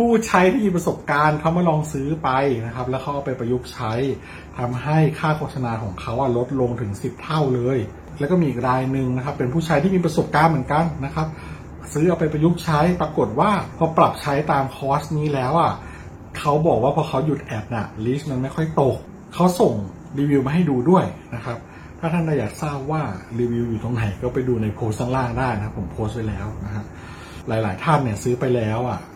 [SPEAKER 4] ผู้ใช้ที่มีประสบการณ์เขามาลองซื้อไปนะครับ แล้วเขาเอาไปประยุกต์ใช้ทำให้ค่าโฆษณาของเขาอะลดลงถึง 10 เท่าเลย แล้วก็มีอีกรายหนึ่งนะครับ เป็นผู้ใช้ที่มีประสบการณ์เหมือนกันนะครับ ซื้อเอาไปประยุกต์ใช้ปรากฏว่าพอปรับใช้ตามคอร์สนี้แล้วอ่ะเขาบอกว่าพอเขาหยุดแอดน่ะลิสต์มันไม่ค่อยตกเขาส่งรีวิวมาให้ดูด้วยนะครับ ถ้าท่านอยากทราบว่ารีวิวอยู่ตรงไหนก็ไปดูในโพสต์ข้างล่างได้นะครับผมโพสต์ไว้แล้วนะฮะ หลาย ๆ ท่านเนี่ยซื้อไปแล้วอ่ะ